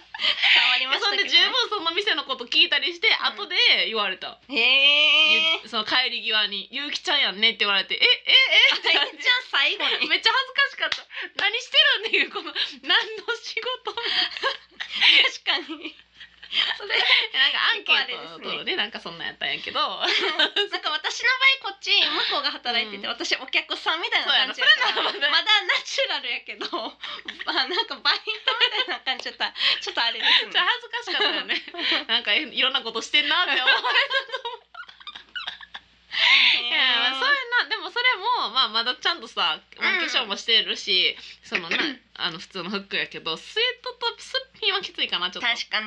[SPEAKER 1] 伝わりました
[SPEAKER 2] そ
[SPEAKER 1] け
[SPEAKER 2] ん
[SPEAKER 1] ど、
[SPEAKER 2] で
[SPEAKER 1] ね、
[SPEAKER 2] 十分その店のこと聞いたりして
[SPEAKER 1] うん
[SPEAKER 2] 後で言われた、
[SPEAKER 1] へえ
[SPEAKER 2] ゆその帰り際に「ゆきちゃんやんね」って言われて「ええ えっ
[SPEAKER 1] じ
[SPEAKER 2] て
[SPEAKER 1] ゃ
[SPEAKER 2] な
[SPEAKER 1] あ
[SPEAKER 2] って
[SPEAKER 1] 最後に
[SPEAKER 2] めっちゃ恥ずかしかった何してるんっていうこの何の仕事
[SPEAKER 1] 確かにそれ
[SPEAKER 2] なんかアンケ
[SPEAKER 1] 結構
[SPEAKER 2] ー
[SPEAKER 1] あれです
[SPEAKER 2] ト
[SPEAKER 1] ね
[SPEAKER 2] 取るねなんかそんなんやったんやけ ど
[SPEAKER 1] なんか私の場合こっち向こうが働いてて、
[SPEAKER 2] う
[SPEAKER 1] 私お客さんみたいな感じや
[SPEAKER 2] そうや
[SPEAKER 1] から
[SPEAKER 2] なそれなら
[SPEAKER 1] まだナチュラルやけど あなんかバイトみたいな感じだったらちょっとあれです
[SPEAKER 2] ちょっと
[SPEAKER 1] ね
[SPEAKER 2] 恥ずかしかった よねなんかえいろんなことしてんなって思われていやまあそういうなでもそれも、まあ、まだちゃんとさ、まあ
[SPEAKER 1] うん
[SPEAKER 2] 化粧もしてるしそのなあの普通の服やけどスウェットとすっぴんはきついかなちょっと。
[SPEAKER 1] 確かに、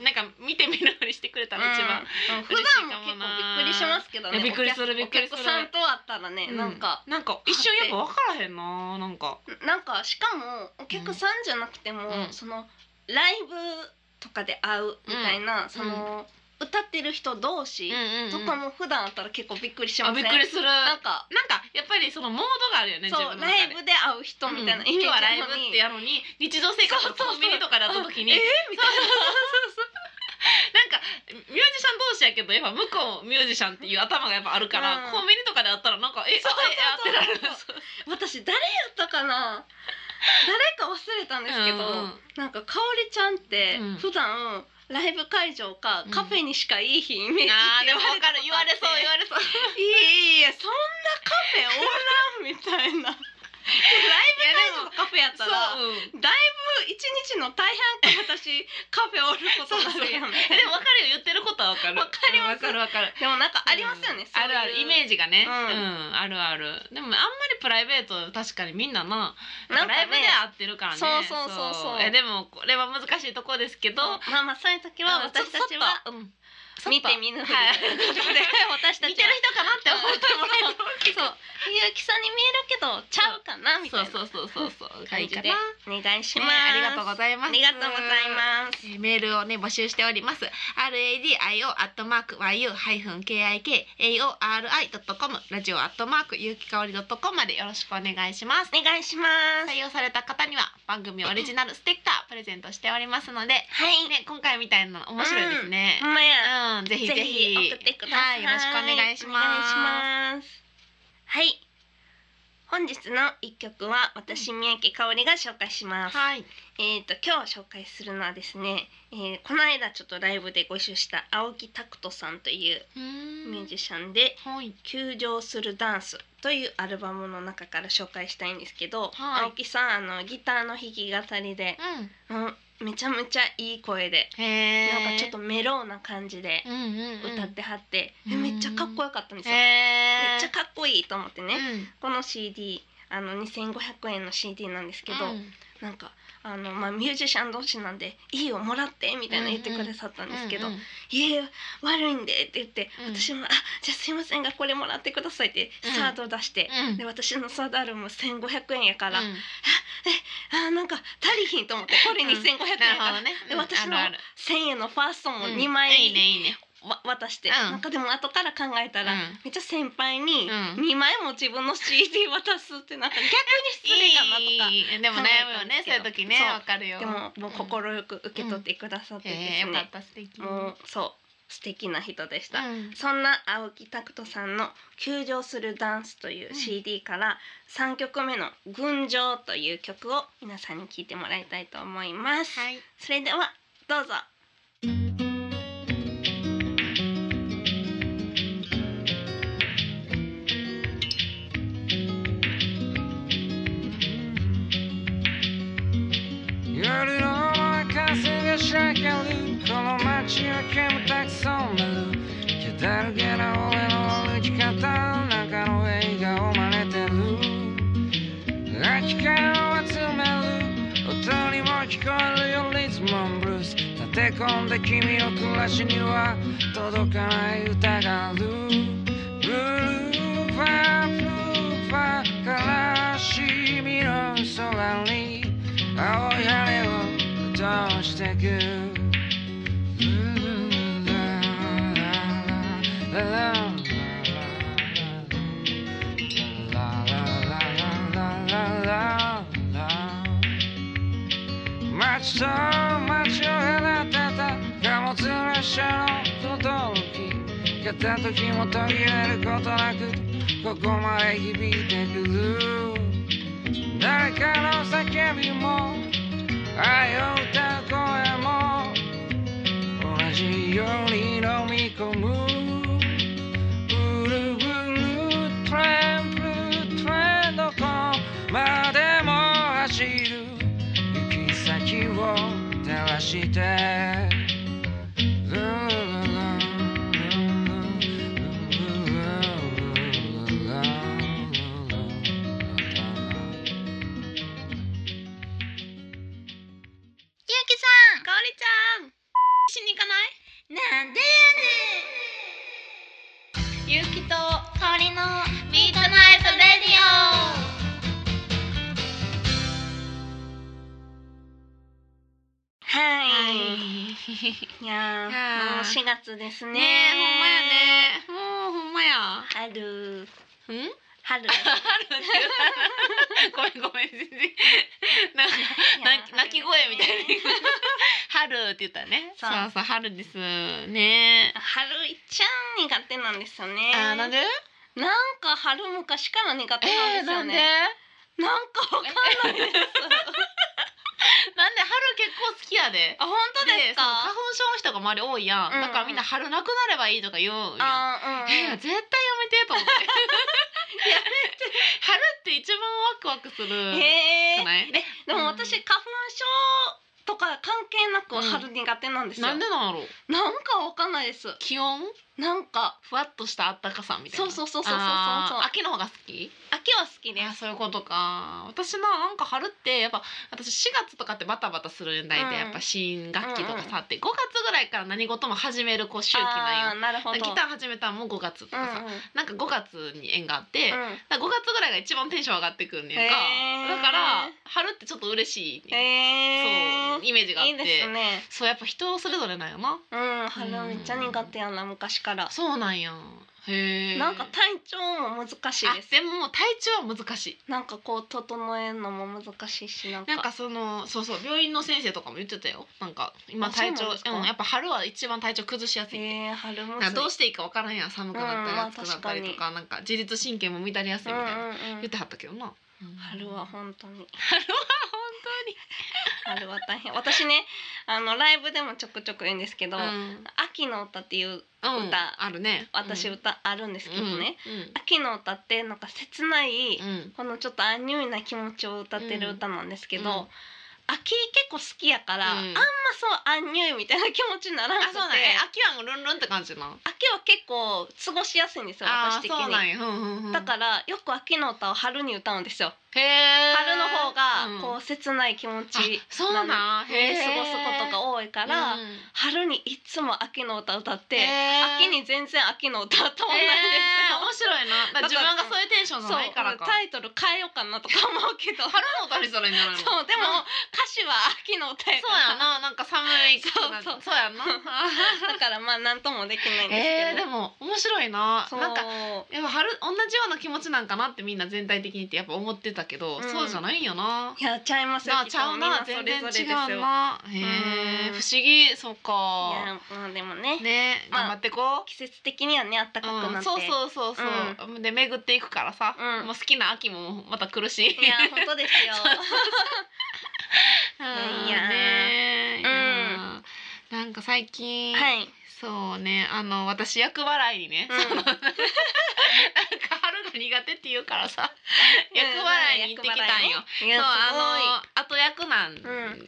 [SPEAKER 2] うん、なんか見て見ぬふりしてくれたら一番、
[SPEAKER 1] うん普段も結構びっくりしますけどね
[SPEAKER 2] いやびっくりする
[SPEAKER 1] お客
[SPEAKER 2] びっくりする
[SPEAKER 1] お客さんと会ったらね、
[SPEAKER 2] うん
[SPEAKER 1] なんか
[SPEAKER 2] なんか一瞬やっぱ分からへんななんか
[SPEAKER 1] なんかしかもお客さんじゃなくても、
[SPEAKER 2] うん
[SPEAKER 1] そのライブとかで会うみたいな、その、歌ってる人同士とかも普段あったら結構びっくりしま
[SPEAKER 2] あ
[SPEAKER 1] せ
[SPEAKER 2] び
[SPEAKER 1] ん、
[SPEAKER 2] っくりする
[SPEAKER 1] なんか
[SPEAKER 2] なんかやっぱりそのモードがあるよね自
[SPEAKER 1] そう
[SPEAKER 2] 分の中
[SPEAKER 1] ライ
[SPEAKER 2] で
[SPEAKER 1] ブで会う人みたいなイメージ
[SPEAKER 2] 今はライブ
[SPEAKER 1] なの
[SPEAKER 2] っ
[SPEAKER 1] に
[SPEAKER 2] てやのに日常生活のコンビニとかだった時に
[SPEAKER 1] えー
[SPEAKER 2] なんか
[SPEAKER 1] みたい
[SPEAKER 2] ミュージシャン同士やけどやっぱ向こうミュージシャンっていう頭がやっぱあるから、
[SPEAKER 1] うん
[SPEAKER 2] コンビニとかであったらなんかえ
[SPEAKER 1] そうそうそうな
[SPEAKER 2] あえあってなるそう
[SPEAKER 1] 私誰やったかな誰か忘れたんですけど、
[SPEAKER 2] うん
[SPEAKER 1] なんかかおりちゃんって
[SPEAKER 2] うん
[SPEAKER 1] 普段ライブ会場かカフェにしかいい日イメージって
[SPEAKER 2] あーで
[SPEAKER 1] 言
[SPEAKER 2] も
[SPEAKER 1] わ
[SPEAKER 2] 分
[SPEAKER 1] れ
[SPEAKER 2] か
[SPEAKER 1] た
[SPEAKER 2] る
[SPEAKER 1] こと
[SPEAKER 2] 言
[SPEAKER 1] あっ
[SPEAKER 2] わ
[SPEAKER 1] て
[SPEAKER 2] れそう言われそう
[SPEAKER 1] いいいいいやそんなカフェおらんみたいなライブ会場のカフェやったら
[SPEAKER 2] そう、うん
[SPEAKER 1] 一日の大半か私カフェおることになるやん
[SPEAKER 2] えでも分かるよ言ってることは分かる
[SPEAKER 1] 分かります
[SPEAKER 2] うん分かる分かる
[SPEAKER 1] でもなんかありますよね、
[SPEAKER 2] うんあるあるイメ
[SPEAKER 1] ージ
[SPEAKER 2] ージがね
[SPEAKER 1] う
[SPEAKER 2] うんん、あるあるでもあんまりプライベート確かにみんなな
[SPEAKER 1] なんか
[SPEAKER 2] ライブで
[SPEAKER 1] ね
[SPEAKER 2] 会ってるからね
[SPEAKER 1] そうそうそうそう
[SPEAKER 2] えでもこれは難しいとこですけど、
[SPEAKER 1] まあまあそういう時は私たちは
[SPEAKER 2] うん
[SPEAKER 1] 見て見ぬふり
[SPEAKER 2] はい
[SPEAKER 1] ということで私たちは
[SPEAKER 2] 見てる人かなって思ってもらえる
[SPEAKER 1] そう結城さんに見えるけどちゃうかなみたいな
[SPEAKER 2] そうそうそうそうそう
[SPEAKER 1] 感
[SPEAKER 2] 感
[SPEAKER 1] じ
[SPEAKER 2] じ
[SPEAKER 1] で
[SPEAKER 2] で、
[SPEAKER 1] お願いし
[SPEAKER 2] ね
[SPEAKER 1] ます、
[SPEAKER 2] ありがとうございます
[SPEAKER 1] ありがとうございます
[SPEAKER 2] えーメールをね募集しております radio アットマーク yu ハイフン kik aori ドットコムラジオアットマークゆうきかおりドットコムまでよろしくお願いします
[SPEAKER 1] お願いします
[SPEAKER 2] 採用された方には番組オリジナルステッカープレゼントしておりますのでね
[SPEAKER 1] はい、
[SPEAKER 2] 今回みたいなの面白いですね
[SPEAKER 1] ほんまや、
[SPEAKER 2] うん、ぜひぜ
[SPEAKER 1] ぜ
[SPEAKER 2] ひ
[SPEAKER 1] ひ送ってください。
[SPEAKER 2] はい、よろしくお願いします
[SPEAKER 1] お願いしますはい。本日の一曲は私三宅香織が紹介します。
[SPEAKER 2] はい
[SPEAKER 1] えっ、と今日紹介するのはですね、えーこの間ちょっとライブでご一緒した青木拓人さんという
[SPEAKER 2] うーん
[SPEAKER 1] ミュージシャンで。
[SPEAKER 2] はい
[SPEAKER 1] 球場するダンスというアルバムの中から紹介したいんですけど、
[SPEAKER 2] はい
[SPEAKER 1] 青木さんあのギターの弾き語りで、
[SPEAKER 2] うん
[SPEAKER 1] うん、めちゃめちゃいい声で、
[SPEAKER 2] へ
[SPEAKER 1] なんかちょっと
[SPEAKER 2] と
[SPEAKER 1] メロウな感じで歌
[SPEAKER 2] 歌
[SPEAKER 1] ってはって、
[SPEAKER 2] うん
[SPEAKER 1] えめっちゃかっこよかったんですよ、め
[SPEAKER 2] め
[SPEAKER 1] っちゃかっこいいと思ってね、
[SPEAKER 2] ね
[SPEAKER 1] この CD あの2500円の CD なんですけど、なんかあの、まあ、ミュージシャン同士なんで「いいよもらって」みたいな言ってくださったんですけど「いや悪いんで」って言って、
[SPEAKER 2] うん
[SPEAKER 1] 私も「あじゃあすいませんがこれもらってください」って
[SPEAKER 2] うん
[SPEAKER 1] サードを出して。で私のサードアルバム1500円やから、あーなんか足りひんと思ってこれ2500円やから、で私の1000円のファーストも2枚
[SPEAKER 2] いいねいいね
[SPEAKER 1] わ渡して、
[SPEAKER 2] うん
[SPEAKER 1] なんかでも後から考えたら、
[SPEAKER 2] うん
[SPEAKER 1] めっちゃ先輩に
[SPEAKER 2] うん
[SPEAKER 1] 2枚も自分の CD 渡すってなんか逆に失礼かなとか。
[SPEAKER 2] いいでも悩むよね
[SPEAKER 1] 考えたんですけ
[SPEAKER 2] そう
[SPEAKER 1] ど
[SPEAKER 2] いう時ね
[SPEAKER 1] そう
[SPEAKER 2] わかるよ
[SPEAKER 1] でももう心よく受け取ってくださってです
[SPEAKER 2] へえよかっ
[SPEAKER 1] ね、
[SPEAKER 2] た素敵
[SPEAKER 1] もうそう素敵な人でした、
[SPEAKER 2] うん
[SPEAKER 1] そんな青木拓人さんの「球場するダンス」という CD から3曲目の「群青」という曲を皆さんに聴いてもらいたいと思います、
[SPEAKER 2] はい
[SPEAKER 1] それではどうぞ
[SPEAKER 3] 夜の風がしゃがるこの街を煙たく染める気だるげな俺の歩き方なんかの映画を真似てる空き缶を集める音にも聞こえるよリズムブルース立て込んで君の暮らしには届かない歌があるブルーファーブルーファーからしみの空に青い羽を落としてく Mm-hmm. 街と街を隔てた貨物列車の轟き片時も途切れることなくここまで響いてくる誰かの叫びも愛を歌う声も同じように飲み込むブルブルトレンブルトレンどこまでも走る行き先を照らしてルルルルルルルルルルル
[SPEAKER 1] ゆうきさんかおりちゃんしに行かないなんでやねんゆうきとかおりのミートナイトレディオはい、い、やー
[SPEAKER 2] いやー
[SPEAKER 1] もう4月ですね
[SPEAKER 2] ねえほんまやねもうほんまや
[SPEAKER 1] 春
[SPEAKER 2] ん
[SPEAKER 1] 春
[SPEAKER 2] ごめんごめん全然なんか泣き泣き声みたいに春って言ったね
[SPEAKER 1] そ
[SPEAKER 2] そううそう春ですね
[SPEAKER 1] 春いっちゃん苦手なんですよね
[SPEAKER 2] あーなんで
[SPEAKER 1] なんか春昔から苦手なんで
[SPEAKER 2] えー
[SPEAKER 1] すよ
[SPEAKER 2] なんで
[SPEAKER 1] ね、なんかわかんないです
[SPEAKER 2] なんで春結構好きやで
[SPEAKER 1] あ本当です
[SPEAKER 2] その花
[SPEAKER 1] か
[SPEAKER 2] 粉症の人が周り多いや
[SPEAKER 1] う
[SPEAKER 2] ん、
[SPEAKER 1] んうん
[SPEAKER 2] だからみんな春なくなればいいとか言うんやん
[SPEAKER 1] あーうん、
[SPEAKER 2] えー絶対やめてと 思ってやめて春って一番ワクワクする
[SPEAKER 1] へ
[SPEAKER 2] じ
[SPEAKER 1] え
[SPEAKER 2] ゃない、
[SPEAKER 1] でも私
[SPEAKER 2] う
[SPEAKER 1] 花粉症とか関係なく
[SPEAKER 2] うん
[SPEAKER 1] 春苦手なんですよ、
[SPEAKER 2] なんでなんやろう
[SPEAKER 1] なんかわかんないです
[SPEAKER 2] 気温
[SPEAKER 1] なんか
[SPEAKER 2] ふわっとしたあったかさみたい
[SPEAKER 1] そう
[SPEAKER 2] な
[SPEAKER 1] そうそうそうそうそう
[SPEAKER 2] あー秋の方が好き
[SPEAKER 1] 秋は好きで
[SPEAKER 2] いや
[SPEAKER 1] す
[SPEAKER 2] そういうことか私ななんか春ってやっぱ私4月とかってバタバタする年代で、
[SPEAKER 1] うん
[SPEAKER 2] やっぱ新学期とかさって5月ぐらいから何事も始めるこう周期
[SPEAKER 1] あ
[SPEAKER 2] な
[SPEAKER 1] あ
[SPEAKER 2] んよ
[SPEAKER 1] ーなるほど
[SPEAKER 2] ギター始めたのも5月とかさ、
[SPEAKER 1] うんうんうん
[SPEAKER 2] なんか5月に縁があって、だから5月ぐらいが一番テンション上がってくんねんか、
[SPEAKER 1] へー
[SPEAKER 2] だから春ってちょっと嬉しい、
[SPEAKER 1] へえ
[SPEAKER 2] そうイメージがあって
[SPEAKER 1] いいですね
[SPEAKER 2] そうやっぱ人それぞれなんよな
[SPEAKER 1] うん春めっちゃ苦手やな昔から
[SPEAKER 2] そうなんやへえ
[SPEAKER 1] なんか体調も難しい
[SPEAKER 2] あ
[SPEAKER 1] です
[SPEAKER 2] でももう体調は難しい
[SPEAKER 1] なんかこう整えるのも難しいしなんか
[SPEAKER 2] なんかそのそうそう病院の先生とかも言ってたよなんか今
[SPEAKER 1] あそう
[SPEAKER 2] 体
[SPEAKER 1] なん
[SPEAKER 2] 調
[SPEAKER 1] ですか
[SPEAKER 2] うんやっぱ春は一番体調崩しやすいって、
[SPEAKER 1] えー、春も
[SPEAKER 2] なんかどうしていいかわからんやん寒くなった
[SPEAKER 1] うん
[SPEAKER 2] り
[SPEAKER 1] まあ
[SPEAKER 2] 暑くなったりとか,、なんか自律神経も乱れやすいみたいな、
[SPEAKER 1] うんうんうん
[SPEAKER 2] 言ってはったけどな、
[SPEAKER 1] 春は本当に
[SPEAKER 2] 春は
[SPEAKER 1] 春は大変私ねあのライブでもちょくちょく言うんですけど「
[SPEAKER 2] 本当に、
[SPEAKER 1] 秋の歌」っていう
[SPEAKER 2] うんうん
[SPEAKER 1] 歌
[SPEAKER 2] あるね
[SPEAKER 1] 私
[SPEAKER 2] うん
[SPEAKER 1] 歌あるんですけどね、
[SPEAKER 2] う
[SPEAKER 1] 秋の歌ってなんか切ない、
[SPEAKER 2] んうん
[SPEAKER 1] このちょっとアンニュイな気持ちを歌ってる歌なんですけど、
[SPEAKER 2] うんうん
[SPEAKER 1] 秋結構好きやから、
[SPEAKER 2] うん
[SPEAKER 1] あんまそうアンニュイみたいな気持ちになら
[SPEAKER 2] あ
[SPEAKER 1] なくて
[SPEAKER 2] そうなんやえ秋はもうルンルンって感じな
[SPEAKER 1] 秋は結構過ごしやすいんですよ
[SPEAKER 2] あ
[SPEAKER 1] 私
[SPEAKER 2] ー
[SPEAKER 1] 的
[SPEAKER 2] そうなん
[SPEAKER 1] に。
[SPEAKER 2] や、うんうんうん、
[SPEAKER 1] だからよく秋の歌を春に歌うんですよ。
[SPEAKER 2] らへー
[SPEAKER 1] 春の方がこ
[SPEAKER 2] うん
[SPEAKER 1] う切ない気持ち
[SPEAKER 2] あそうなん
[SPEAKER 1] で
[SPEAKER 2] へ
[SPEAKER 1] 過
[SPEAKER 2] ー
[SPEAKER 1] ごすことが多いから、
[SPEAKER 2] うん
[SPEAKER 1] 春にいつも秋の歌歌って、
[SPEAKER 2] へー
[SPEAKER 1] 秋に全然秋の歌歌わないん
[SPEAKER 2] えー、面
[SPEAKER 1] です
[SPEAKER 2] 白いなだから
[SPEAKER 1] だ
[SPEAKER 2] 自
[SPEAKER 1] か
[SPEAKER 2] 分
[SPEAKER 1] ら
[SPEAKER 2] がそういうテンション
[SPEAKER 1] よ。
[SPEAKER 2] じゃないからか
[SPEAKER 1] タイトル変えようかなとか思うけど。
[SPEAKER 2] 春の歌にそれになるの
[SPEAKER 1] そうでも詞は秋の歌やか
[SPEAKER 2] そうや
[SPEAKER 1] ら
[SPEAKER 2] ななんか寒いから
[SPEAKER 1] そうそう
[SPEAKER 2] や な
[SPEAKER 1] だからまあ何ともできないんですけど、
[SPEAKER 2] えー、でも面白いな
[SPEAKER 1] そう
[SPEAKER 2] なんかやっぱ春同じような気持ちなんかなってみんな全体的にってやっぱ思ってたけど、
[SPEAKER 1] うん
[SPEAKER 2] そうじゃないんやない
[SPEAKER 1] やちゃいますよ
[SPEAKER 2] なあ
[SPEAKER 1] きっ
[SPEAKER 2] ちゃ
[SPEAKER 1] と
[SPEAKER 2] う
[SPEAKER 1] みんな
[SPEAKER 2] な
[SPEAKER 1] そ
[SPEAKER 2] 全
[SPEAKER 1] れ
[SPEAKER 2] 然
[SPEAKER 1] ぞれです
[SPEAKER 2] 違
[SPEAKER 1] よ
[SPEAKER 2] うなへえ
[SPEAKER 1] うん
[SPEAKER 2] 不思議そう
[SPEAKER 1] い
[SPEAKER 2] か
[SPEAKER 1] やまあでもね
[SPEAKER 2] ね
[SPEAKER 1] まあ
[SPEAKER 2] 頑張ってこう
[SPEAKER 1] 季節的にはねあったかくな
[SPEAKER 2] う
[SPEAKER 1] って、
[SPEAKER 2] ん、そうそうそうそう、で巡っていくからさ、
[SPEAKER 1] うん
[SPEAKER 2] もう好きな秋もまた来るしい
[SPEAKER 1] いや本当ですよ いや
[SPEAKER 2] ねえ、
[SPEAKER 1] うん
[SPEAKER 2] いやなんか最近、
[SPEAKER 1] はい
[SPEAKER 2] そうねあの私厄払いにね、
[SPEAKER 1] うん
[SPEAKER 2] そのなんか春が苦手って言うから さ
[SPEAKER 1] うん
[SPEAKER 2] 厄払いに行ってきたんよ、
[SPEAKER 1] いやす
[SPEAKER 2] そう
[SPEAKER 1] ごい
[SPEAKER 2] あの後役なんよ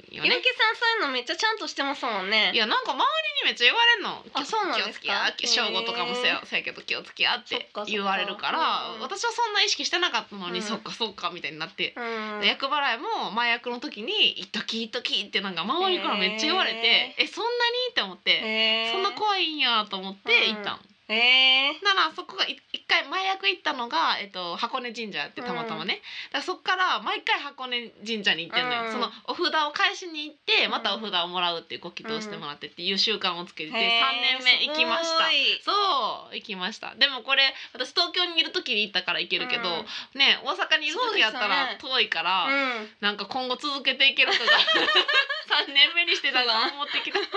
[SPEAKER 1] ゆ
[SPEAKER 2] ね
[SPEAKER 1] る、きさんそういうのめっちゃちゃんとしてますもんね
[SPEAKER 2] いやなんか周りにめっちゃ言われんの
[SPEAKER 1] あそうなんですか
[SPEAKER 2] 気をつけや正午とかもそう
[SPEAKER 1] へ
[SPEAKER 2] やそうやけど気をつけやっ
[SPEAKER 1] そっか
[SPEAKER 2] て
[SPEAKER 1] そっか
[SPEAKER 2] 言われるから
[SPEAKER 1] うん
[SPEAKER 2] 私はそんな意識してなかったのに、
[SPEAKER 1] うん
[SPEAKER 2] そっかそっかみたいになって、
[SPEAKER 1] うん
[SPEAKER 2] 役払いも前役の時に「いっときいっとき」ってなんか周りからめっちゃ言われて「えそんなに?」って思って、
[SPEAKER 1] へー
[SPEAKER 2] そんな怖いんやと思って行ったん、
[SPEAKER 1] へー
[SPEAKER 2] ならそこがい一回前役行ったのが、えっと、箱根神社やってたまたまね、だからそこから毎回箱根神社に行ってんのよ、
[SPEAKER 1] うん
[SPEAKER 2] そのお札を返しに行って
[SPEAKER 1] うん
[SPEAKER 2] またお札をもらうっていうご祈祷してもらってっていう習慣をつけてて、
[SPEAKER 1] へー
[SPEAKER 2] 3年目行きまし
[SPEAKER 1] すご
[SPEAKER 2] た。
[SPEAKER 1] い
[SPEAKER 2] そう行きましたでもこれ私東京にいる時に行ったから行けるけど、
[SPEAKER 1] うん
[SPEAKER 2] ね大阪にいる時やった
[SPEAKER 1] そう
[SPEAKER 2] ら
[SPEAKER 1] です
[SPEAKER 2] 遠いから、
[SPEAKER 1] うん
[SPEAKER 2] なんか今後続けていけ るかが3年目にしてなんか思ってきた結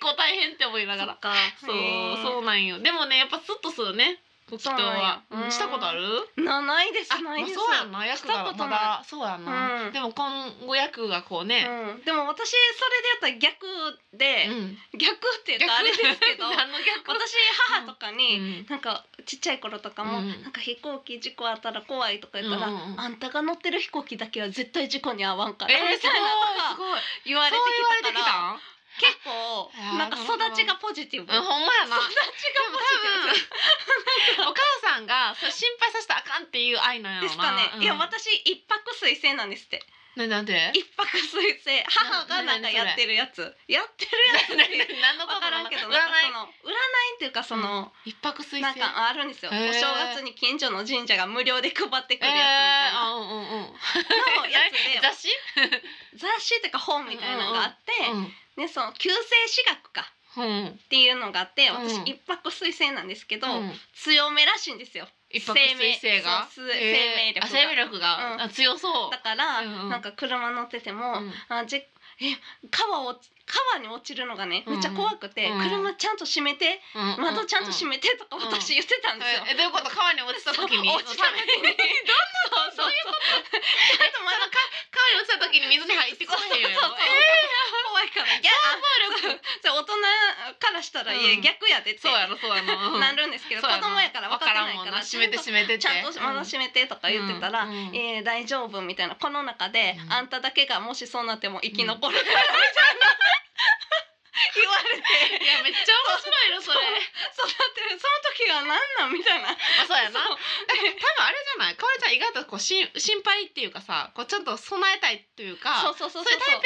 [SPEAKER 2] 構大変って思いなが
[SPEAKER 1] そ
[SPEAKER 2] ら
[SPEAKER 1] っか
[SPEAKER 2] そう
[SPEAKER 1] へー
[SPEAKER 2] そうなんよでもねやっぱスッとするねご祈祷は
[SPEAKER 1] そうなんや
[SPEAKER 2] うんしたことある
[SPEAKER 1] なないです
[SPEAKER 2] あ、まあ
[SPEAKER 1] ないです
[SPEAKER 2] そうやんな役
[SPEAKER 1] したこ
[SPEAKER 2] が
[SPEAKER 1] とな
[SPEAKER 2] ま
[SPEAKER 1] い
[SPEAKER 2] だそうやんな、
[SPEAKER 1] うん
[SPEAKER 2] でも今後役がこうね、
[SPEAKER 1] うんでも私それでやったら逆で、
[SPEAKER 2] うん
[SPEAKER 1] 逆って言うとあれですけど
[SPEAKER 2] 何の逆
[SPEAKER 1] 私母とかに、なんかちっちゃい頃とかも、
[SPEAKER 2] うん
[SPEAKER 1] なんか飛行機事故あったら怖いとか言ったら、
[SPEAKER 2] うんうんうん
[SPEAKER 1] あんたが乗ってる飛行機だけは絶対事故に遭わんから、
[SPEAKER 2] えー、
[SPEAKER 1] み
[SPEAKER 2] すご
[SPEAKER 1] たいなとか
[SPEAKER 2] いすごい
[SPEAKER 1] 言われて
[SPEAKER 2] そう
[SPEAKER 1] きたから結構
[SPEAKER 2] いやー
[SPEAKER 1] なんか育ちがポジティブ、
[SPEAKER 2] うん、ほんまやな。
[SPEAKER 1] 育ちがポジティブ
[SPEAKER 2] でも多分お母さんがそれ心配させたらあかんっていう愛なんや
[SPEAKER 1] で
[SPEAKER 2] ろな。
[SPEAKER 1] すかね、
[SPEAKER 2] うん
[SPEAKER 1] いや私一泊水星なんですって
[SPEAKER 2] ななんで？
[SPEAKER 1] 一泊水星母がなんかやってるやつやってるやつって
[SPEAKER 2] 何の
[SPEAKER 1] 分
[SPEAKER 2] こと
[SPEAKER 1] からんけど
[SPEAKER 2] 占
[SPEAKER 1] なんかそ
[SPEAKER 2] い
[SPEAKER 1] の占いっていうかその、
[SPEAKER 2] 一泊水星
[SPEAKER 1] なんかあるんですよ、
[SPEAKER 2] へー
[SPEAKER 1] お正月に近所の神社が無料で配ってく
[SPEAKER 2] え
[SPEAKER 1] るやつみたい
[SPEAKER 2] え
[SPEAKER 1] な、
[SPEAKER 2] あうんうんうん
[SPEAKER 1] のやつで
[SPEAKER 2] 雑誌？
[SPEAKER 1] 雑誌っていうか本みたいなのがあって、 ねその旧世私学か
[SPEAKER 2] うんうん
[SPEAKER 1] っていうのがあって私
[SPEAKER 2] うん
[SPEAKER 1] 一泊水星なんですけど、
[SPEAKER 2] うん
[SPEAKER 1] 強めらしいんですよ
[SPEAKER 2] 一泊水星が
[SPEAKER 1] 生命そうす生命力が
[SPEAKER 2] あ生命力が、
[SPEAKER 1] うん
[SPEAKER 2] あ強そう
[SPEAKER 1] だ。から、
[SPEAKER 2] うんうん
[SPEAKER 1] なんか車乗ってても、
[SPEAKER 2] うん
[SPEAKER 1] あじえ川を川に落ちるのがねめっちゃ怖くて、
[SPEAKER 2] うん
[SPEAKER 1] 車ちゃんと閉めて
[SPEAKER 2] うん
[SPEAKER 1] 窓ちゃんと閉
[SPEAKER 2] め
[SPEAKER 1] めてとか
[SPEAKER 2] うん
[SPEAKER 1] 私言ってたんですよ。
[SPEAKER 2] えどういうこと川に落ちた時に
[SPEAKER 1] そう落 ちた時に どんな
[SPEAKER 2] そういうこと
[SPEAKER 1] とまだ
[SPEAKER 2] 川に落ちた時に水に入ってこへんやろ。
[SPEAKER 1] そうそうそう怖いからいや
[SPEAKER 2] えー
[SPEAKER 1] そう大人からしたら、いや
[SPEAKER 2] うん
[SPEAKER 1] 逆やでって
[SPEAKER 2] そうやろそうやろ。うん
[SPEAKER 1] なるんですけど、
[SPEAKER 2] そう
[SPEAKER 1] 子
[SPEAKER 2] な
[SPEAKER 1] 供やから分からない
[SPEAKER 2] わ
[SPEAKER 1] から
[SPEAKER 2] んもんな閉めて閉めてって
[SPEAKER 1] ちゃんとちゃんと窓閉めてとか言ってたら、
[SPEAKER 2] うんうん
[SPEAKER 1] えー大丈夫みたいなこの中で、
[SPEAKER 2] うん
[SPEAKER 1] あんただけがもしそうなっても生き残るからみたいな、言われて
[SPEAKER 2] いやめっちゃ面白いのそれ。
[SPEAKER 1] そうだってその時は何なんみたいな
[SPEAKER 2] まあそうやな。
[SPEAKER 1] そう
[SPEAKER 2] 多分あれじゃない。かおりちゃん意外とこうしん心配っていうかさ、こうちゃんと備えたいというか、
[SPEAKER 1] そうそうそうそう
[SPEAKER 2] そういうタイ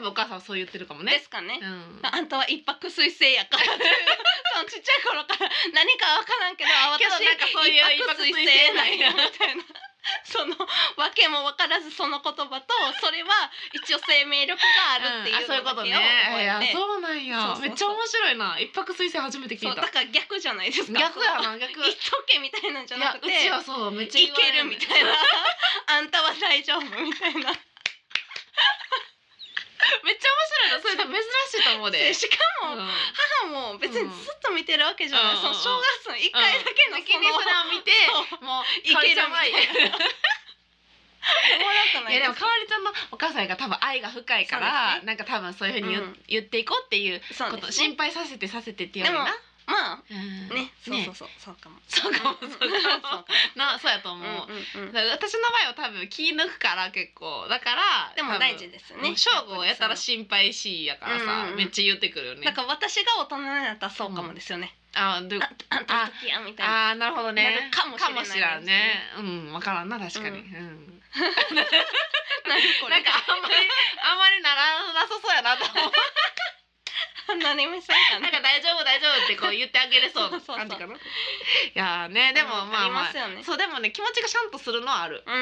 [SPEAKER 2] プやから多分お母さんはそう言ってるかも
[SPEAKER 1] で
[SPEAKER 2] ね。
[SPEAKER 1] すかね、
[SPEAKER 2] うん。
[SPEAKER 1] あんたは一泊水星や からっていうそのちっちゃい頃から何かわからんけどあ
[SPEAKER 2] け
[SPEAKER 1] 私
[SPEAKER 2] どなんかそ
[SPEAKER 1] 一泊水
[SPEAKER 2] ういう
[SPEAKER 1] 星なんやみたいなそのわけもわからずその言葉とそれは一応生命力があるっていう
[SPEAKER 2] うんあそういう
[SPEAKER 1] の
[SPEAKER 2] こ
[SPEAKER 1] だ
[SPEAKER 2] と
[SPEAKER 1] け
[SPEAKER 2] ね。
[SPEAKER 1] を
[SPEAKER 2] いや
[SPEAKER 1] 覚えて
[SPEAKER 2] そうなんや。
[SPEAKER 1] そうそうそう
[SPEAKER 2] めっちゃ面白いな。一泊水星初めて聞
[SPEAKER 1] そ
[SPEAKER 2] いうた
[SPEAKER 1] だ。から逆じゃないですか
[SPEAKER 2] 逆やな逆。
[SPEAKER 1] 一時計みたいなんじゃ
[SPEAKER 2] い
[SPEAKER 1] な
[SPEAKER 2] や
[SPEAKER 1] く
[SPEAKER 2] う
[SPEAKER 1] て
[SPEAKER 2] ちはそうめっちゃ
[SPEAKER 1] い
[SPEAKER 2] 言わ
[SPEAKER 1] け
[SPEAKER 2] れ
[SPEAKER 1] るみたいなあんたは大丈夫みたい な
[SPEAKER 2] めっちゃ面白いな。それ珍しいと思うで。
[SPEAKER 1] しかも、
[SPEAKER 2] うん
[SPEAKER 1] 母も別にずっと見てるわけじゃない、
[SPEAKER 2] うん
[SPEAKER 1] その小学生の1回だけの
[SPEAKER 2] 先にそれを見て
[SPEAKER 1] そ
[SPEAKER 2] もう
[SPEAKER 1] いけるみたいな
[SPEAKER 2] かおりちゃんはい
[SPEAKER 1] おもろくないい
[SPEAKER 2] や
[SPEAKER 1] で
[SPEAKER 2] ですもかおりちゃんのお母さんが多分愛が深いから、
[SPEAKER 1] そうですね
[SPEAKER 2] なんか多分そういうふうに言,、
[SPEAKER 1] うん
[SPEAKER 2] 言っていこうっていう
[SPEAKER 1] そ
[SPEAKER 2] こ
[SPEAKER 1] う
[SPEAKER 2] と、
[SPEAKER 1] ですね
[SPEAKER 2] 心配させてさせてっていうよりな
[SPEAKER 1] でま
[SPEAKER 2] うん
[SPEAKER 1] あねそうそうそう
[SPEAKER 2] ね
[SPEAKER 1] そうかも
[SPEAKER 2] そうかもそうかもなそうやと思う、
[SPEAKER 1] もうんうん
[SPEAKER 2] だから私の場合は多分気抜くから結構だから
[SPEAKER 1] でも大事
[SPEAKER 2] で
[SPEAKER 1] ですよね
[SPEAKER 2] 正午やったら心配しいやからさ、
[SPEAKER 1] うんうん
[SPEAKER 2] めっちゃ言ってくるよね
[SPEAKER 1] なんか私が大人になったらそうかもですよね、
[SPEAKER 2] あどういう
[SPEAKER 1] ああんた好きやみたいな
[SPEAKER 2] あーなるほどね
[SPEAKER 1] なるかもしれないですね
[SPEAKER 2] かもしらんねうんわからんな確かに、
[SPEAKER 1] う
[SPEAKER 2] うん
[SPEAKER 1] な
[SPEAKER 2] ん
[SPEAKER 1] んかこれ
[SPEAKER 2] なんかあんまりあんまりならなさそうやなと思う
[SPEAKER 1] 何もせんか
[SPEAKER 2] な
[SPEAKER 1] な
[SPEAKER 2] んか大丈夫大丈夫ってこう言ってあげれそうな感じかな。いやーねでも
[SPEAKER 1] うん
[SPEAKER 2] まあま
[SPEAKER 1] ありますよね
[SPEAKER 2] あそうでもね気持ちがシャンとするのはある。
[SPEAKER 1] う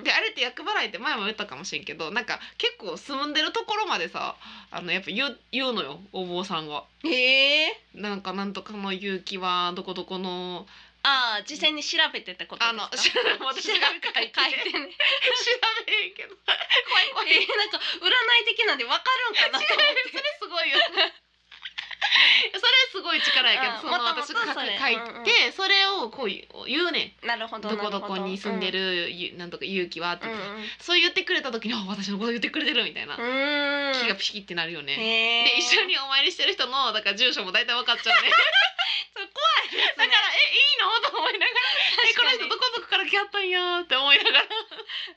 [SPEAKER 1] ん
[SPEAKER 2] であれって厄払いって前も言ったかもしれんけどなんか結構住んでるところまでさあのやっぱ言う言うのよお坊さんが。
[SPEAKER 1] へえ
[SPEAKER 2] なんかなんとかの勇気はどこどこの
[SPEAKER 1] ああ実際に調べてってことです
[SPEAKER 2] あ
[SPEAKER 1] か
[SPEAKER 2] の知らない 私
[SPEAKER 1] 調べ
[SPEAKER 2] が書
[SPEAKER 1] 書い
[SPEAKER 2] いて
[SPEAKER 1] てね
[SPEAKER 2] 調べへんけど怖い怖 い
[SPEAKER 1] えー、なんか占い的なんでわかるんかなと思って
[SPEAKER 2] それすごいよ それすごい力やけ
[SPEAKER 1] あ
[SPEAKER 2] どそ
[SPEAKER 1] も
[SPEAKER 2] の
[SPEAKER 1] ともと
[SPEAKER 2] 私が書
[SPEAKER 1] そ
[SPEAKER 2] く書
[SPEAKER 1] れ
[SPEAKER 2] いて、それをこう言うね
[SPEAKER 1] なるほ
[SPEAKER 2] ん
[SPEAKER 1] ど
[SPEAKER 2] どこどこに住んで
[SPEAKER 1] る
[SPEAKER 2] る、ゆなんとか勇気はって、
[SPEAKER 1] うんうん
[SPEAKER 2] そう言ってくれた時にあ私のこと言ってくれてるみたいな、
[SPEAKER 1] うんうん
[SPEAKER 2] 気がピキってなるよね、
[SPEAKER 1] へ
[SPEAKER 2] で
[SPEAKER 1] え
[SPEAKER 2] 一緒にお参りしてる人のだから住所も大体分かっちゃ うね
[SPEAKER 1] それ怖いですね
[SPEAKER 2] だからえいいのと思いながらえこの人どこどこから来はったんやーって思いながら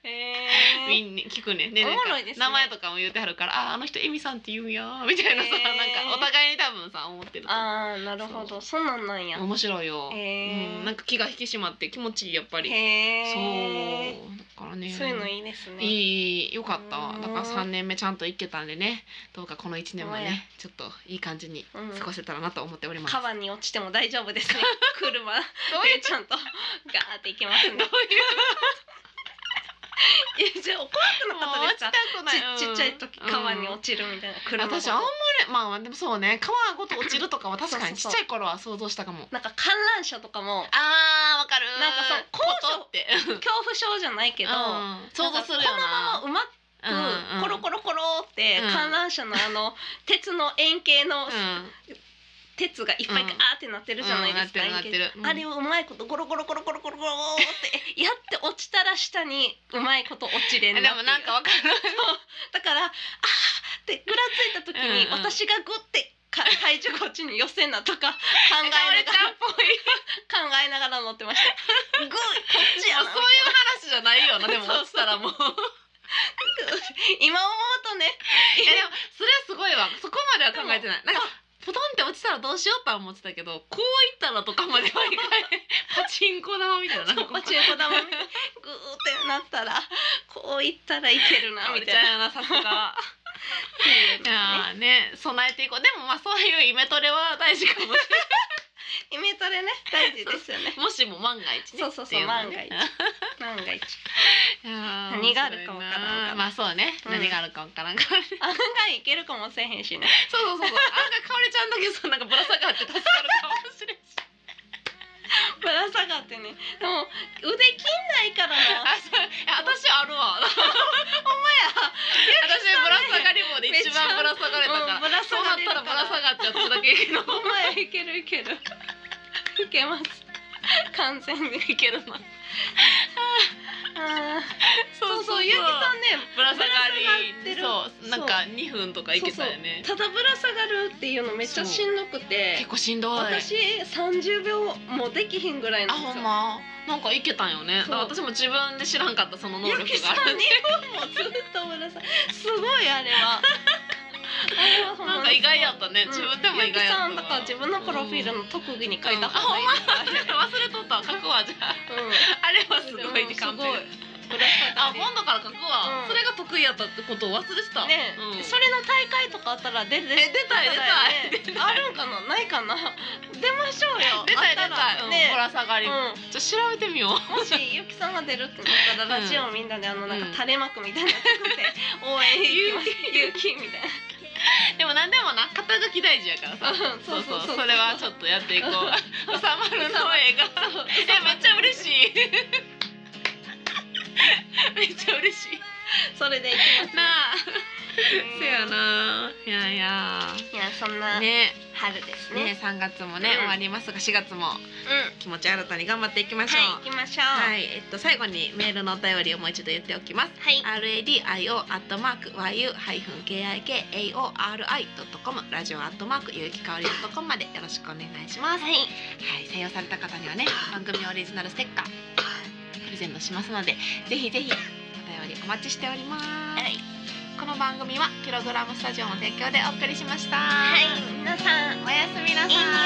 [SPEAKER 1] へー
[SPEAKER 2] みんな聞くねね
[SPEAKER 1] おもろい
[SPEAKER 2] なんか
[SPEAKER 1] ですね
[SPEAKER 2] 名前とかも言ってはるからああの人エミさんって言うんやーみたいなさ、
[SPEAKER 1] へー
[SPEAKER 2] なんかお互いに多分さ思ってると思う
[SPEAKER 1] ああなるほどそんなんなんや
[SPEAKER 2] 面白いよ、
[SPEAKER 1] へー
[SPEAKER 2] うん、なんか気が引き締まって気持ちいいやっぱり、そう
[SPEAKER 1] へえ
[SPEAKER 2] だからね
[SPEAKER 1] そういうのいいですねい
[SPEAKER 2] いいよかった
[SPEAKER 1] う
[SPEAKER 2] わ
[SPEAKER 1] ん
[SPEAKER 2] だから3年目ちゃんと行けたんでねどうかこの1年も
[SPEAKER 1] ほんまや
[SPEAKER 2] ねちょっといい感じに
[SPEAKER 1] うん
[SPEAKER 2] 過ごせたらなと思っております、
[SPEAKER 1] 川に落ちても大丈夫 ですね車で
[SPEAKER 2] どういう
[SPEAKER 1] ちゃんとガーっていけますね
[SPEAKER 2] どういう
[SPEAKER 1] いやじゃあ怖くなか
[SPEAKER 2] も
[SPEAKER 1] っ
[SPEAKER 2] う
[SPEAKER 1] たですか
[SPEAKER 2] 落ちたくない
[SPEAKER 1] ちちっちゃい時川に落
[SPEAKER 2] ち
[SPEAKER 1] ちるみたいな車ごと
[SPEAKER 2] 私あんまりまあでもそうね川ごと落ちるとかは確かにち
[SPEAKER 1] そ
[SPEAKER 2] っ
[SPEAKER 1] うそうそう
[SPEAKER 2] ちゃい頃は想像したかも
[SPEAKER 1] なんか観覧車とかも
[SPEAKER 2] あーわかる
[SPEAKER 1] なんかそう高所
[SPEAKER 2] ことって
[SPEAKER 1] 恐怖症じゃないけど、
[SPEAKER 2] うん想像するよ
[SPEAKER 1] なんか
[SPEAKER 2] な
[SPEAKER 1] このままうまく、コロコロコロって
[SPEAKER 2] うん
[SPEAKER 1] 観覧車のあの鉄の円形の
[SPEAKER 2] ロうん
[SPEAKER 1] 鉄がいっぱいガーってなってるじゃないですか、
[SPEAKER 2] うんなって
[SPEAKER 1] 円形
[SPEAKER 2] るなってるうん
[SPEAKER 1] あれをうまいことゴロゴロゴロゴロゴロゴロってやって落ちたら下にうまいこと落ちれ
[SPEAKER 2] で
[SPEAKER 1] んなっていう
[SPEAKER 2] もなんかわかる
[SPEAKER 1] だからあーってぐらついた時に
[SPEAKER 2] うんうん
[SPEAKER 1] 私がグッてか体重こっちに寄せんなとか考えながら 考えながら乗ってま したグーこっちやな
[SPEAKER 2] そういう話じゃない よなでも落ちたらもう
[SPEAKER 1] 今思うとね
[SPEAKER 2] えでもそれはすごいわそこまでは考えてないなんかポトンって落ちたらどうしようとは思ってたけどこういったらとかまではいかないパチンコ玉みたいななんか
[SPEAKER 1] パチンコ玉み たいにグーってなったらこういったらいけるな
[SPEAKER 2] み
[SPEAKER 1] み
[SPEAKER 2] た
[SPEAKER 1] た
[SPEAKER 2] い
[SPEAKER 1] いなっ
[SPEAKER 2] なさすが
[SPEAKER 1] ていう
[SPEAKER 2] い
[SPEAKER 1] のがね
[SPEAKER 2] やーね備えていこうでもまあそういうイメトレは大事かもしれ
[SPEAKER 1] イメトレね大事ですよ ね
[SPEAKER 2] ないもしも万が一ね
[SPEAKER 1] そうそうそう
[SPEAKER 2] っていのはね
[SPEAKER 1] 万が万が一
[SPEAKER 2] いやー
[SPEAKER 1] 何があるかわからんから
[SPEAKER 2] 面白いなまあそうね、
[SPEAKER 1] うん
[SPEAKER 2] 何があるかわからんからね
[SPEAKER 1] 案外いけるかもせえへんしね
[SPEAKER 2] そうそうそうそうあんかかおりちゃんだけそうなんかぶら下がって助かるかもしれんし
[SPEAKER 1] ぶら下がってねでも腕切んないからな
[SPEAKER 2] あそういや私あるわ私
[SPEAKER 1] さんね
[SPEAKER 2] ぶら下がり棒で一番ぶら下がれた
[SPEAKER 1] うんぶ
[SPEAKER 2] から、
[SPEAKER 1] ら
[SPEAKER 2] そ
[SPEAKER 1] 下
[SPEAKER 2] う
[SPEAKER 1] が
[SPEAKER 2] なっ
[SPEAKER 1] れる
[SPEAKER 2] たらぶら下がっちゃっただけやけど
[SPEAKER 1] お前いけるいけるいけます完全にいけるなあーそうそうゆうきさんね
[SPEAKER 2] ぶら下がり
[SPEAKER 1] ぶら下がっ
[SPEAKER 2] そうなんか二分とかいけたよね
[SPEAKER 1] そうそうただぶら下がるっていうのめっちゃしんどくて
[SPEAKER 2] 結構しんどい
[SPEAKER 1] 私30秒もできひんぐらい
[SPEAKER 2] あ
[SPEAKER 1] なんで
[SPEAKER 2] ほ
[SPEAKER 1] す
[SPEAKER 2] ん
[SPEAKER 1] よ
[SPEAKER 2] まなんかいけたんよね
[SPEAKER 1] そう
[SPEAKER 2] だから私も自分で知らんかったその能
[SPEAKER 1] ゆ
[SPEAKER 2] 力
[SPEAKER 1] きさ
[SPEAKER 2] があ
[SPEAKER 1] ん
[SPEAKER 2] る
[SPEAKER 1] 日本もずっとぶら下がるすごいあれはあれはほま
[SPEAKER 2] なんか意外やったね、自分でも意外やったわ
[SPEAKER 1] ゆきさんだから自分のプロフィールの特技に書いた
[SPEAKER 2] あ
[SPEAKER 1] 方
[SPEAKER 2] ほ
[SPEAKER 1] がい
[SPEAKER 2] ん
[SPEAKER 1] い
[SPEAKER 2] ま
[SPEAKER 1] あれ
[SPEAKER 2] 忘れとったわ書くわじゃああれはすごいって
[SPEAKER 1] すご
[SPEAKER 2] 感
[SPEAKER 1] い
[SPEAKER 2] じ
[SPEAKER 1] ぶら下が
[SPEAKER 2] あ
[SPEAKER 1] り
[SPEAKER 2] 今度から書くわ、
[SPEAKER 1] うん
[SPEAKER 2] それが得意やったってことを忘れてた
[SPEAKER 1] ね、
[SPEAKER 2] うん
[SPEAKER 1] それの大会とかあったら出出出
[SPEAKER 2] 出たい
[SPEAKER 1] 出たいあるんかなない かな出ましょうよ
[SPEAKER 2] 出たい
[SPEAKER 1] あ
[SPEAKER 2] 出
[SPEAKER 1] った
[SPEAKER 2] い、
[SPEAKER 1] ら
[SPEAKER 2] うんぶ
[SPEAKER 1] ね、
[SPEAKER 2] ら下がり、
[SPEAKER 1] うん
[SPEAKER 2] じゃあ調べてみよう
[SPEAKER 1] もしゆきさんが出るってなったらラジオみんなであのなんか垂れ幕みたいなの作って応援行きますゆきみたいな
[SPEAKER 2] でも何でもな肩書き大事やからさ、
[SPEAKER 1] うんそうそうそう
[SPEAKER 2] それはちょっとやっていこううさまるの映画
[SPEAKER 1] そう
[SPEAKER 2] えめっちゃ嬉 しいめっちゃ嬉しい
[SPEAKER 1] それでいきます
[SPEAKER 2] なあ
[SPEAKER 1] ね
[SPEAKER 2] せやないやいや
[SPEAKER 1] いやそんな
[SPEAKER 2] ね
[SPEAKER 1] 春ですね
[SPEAKER 2] ね3月もね、
[SPEAKER 1] うん
[SPEAKER 2] 終わりますが4月も
[SPEAKER 1] うん
[SPEAKER 2] 気持ち新たに頑張っていきましょう、
[SPEAKER 1] はい行きましょう、
[SPEAKER 2] はいい、えっと最後にメールのお便りをもう一度言っておきます。
[SPEAKER 1] はい、
[SPEAKER 2] radio アットマーク yu ハイフン k i k a o r i ドットコムラジオアットマーク有機香りドットコムまでよろしくお願いします。
[SPEAKER 1] はい
[SPEAKER 2] はい、採用された方にはね番組オリジナルステッカープレゼントしますので、ぜひぜひお便りお待ちしております。
[SPEAKER 1] はい
[SPEAKER 2] この番組はキログラムスタジオの提供でお送りしました。
[SPEAKER 1] はい皆さん
[SPEAKER 2] おやすみなさ
[SPEAKER 1] いいね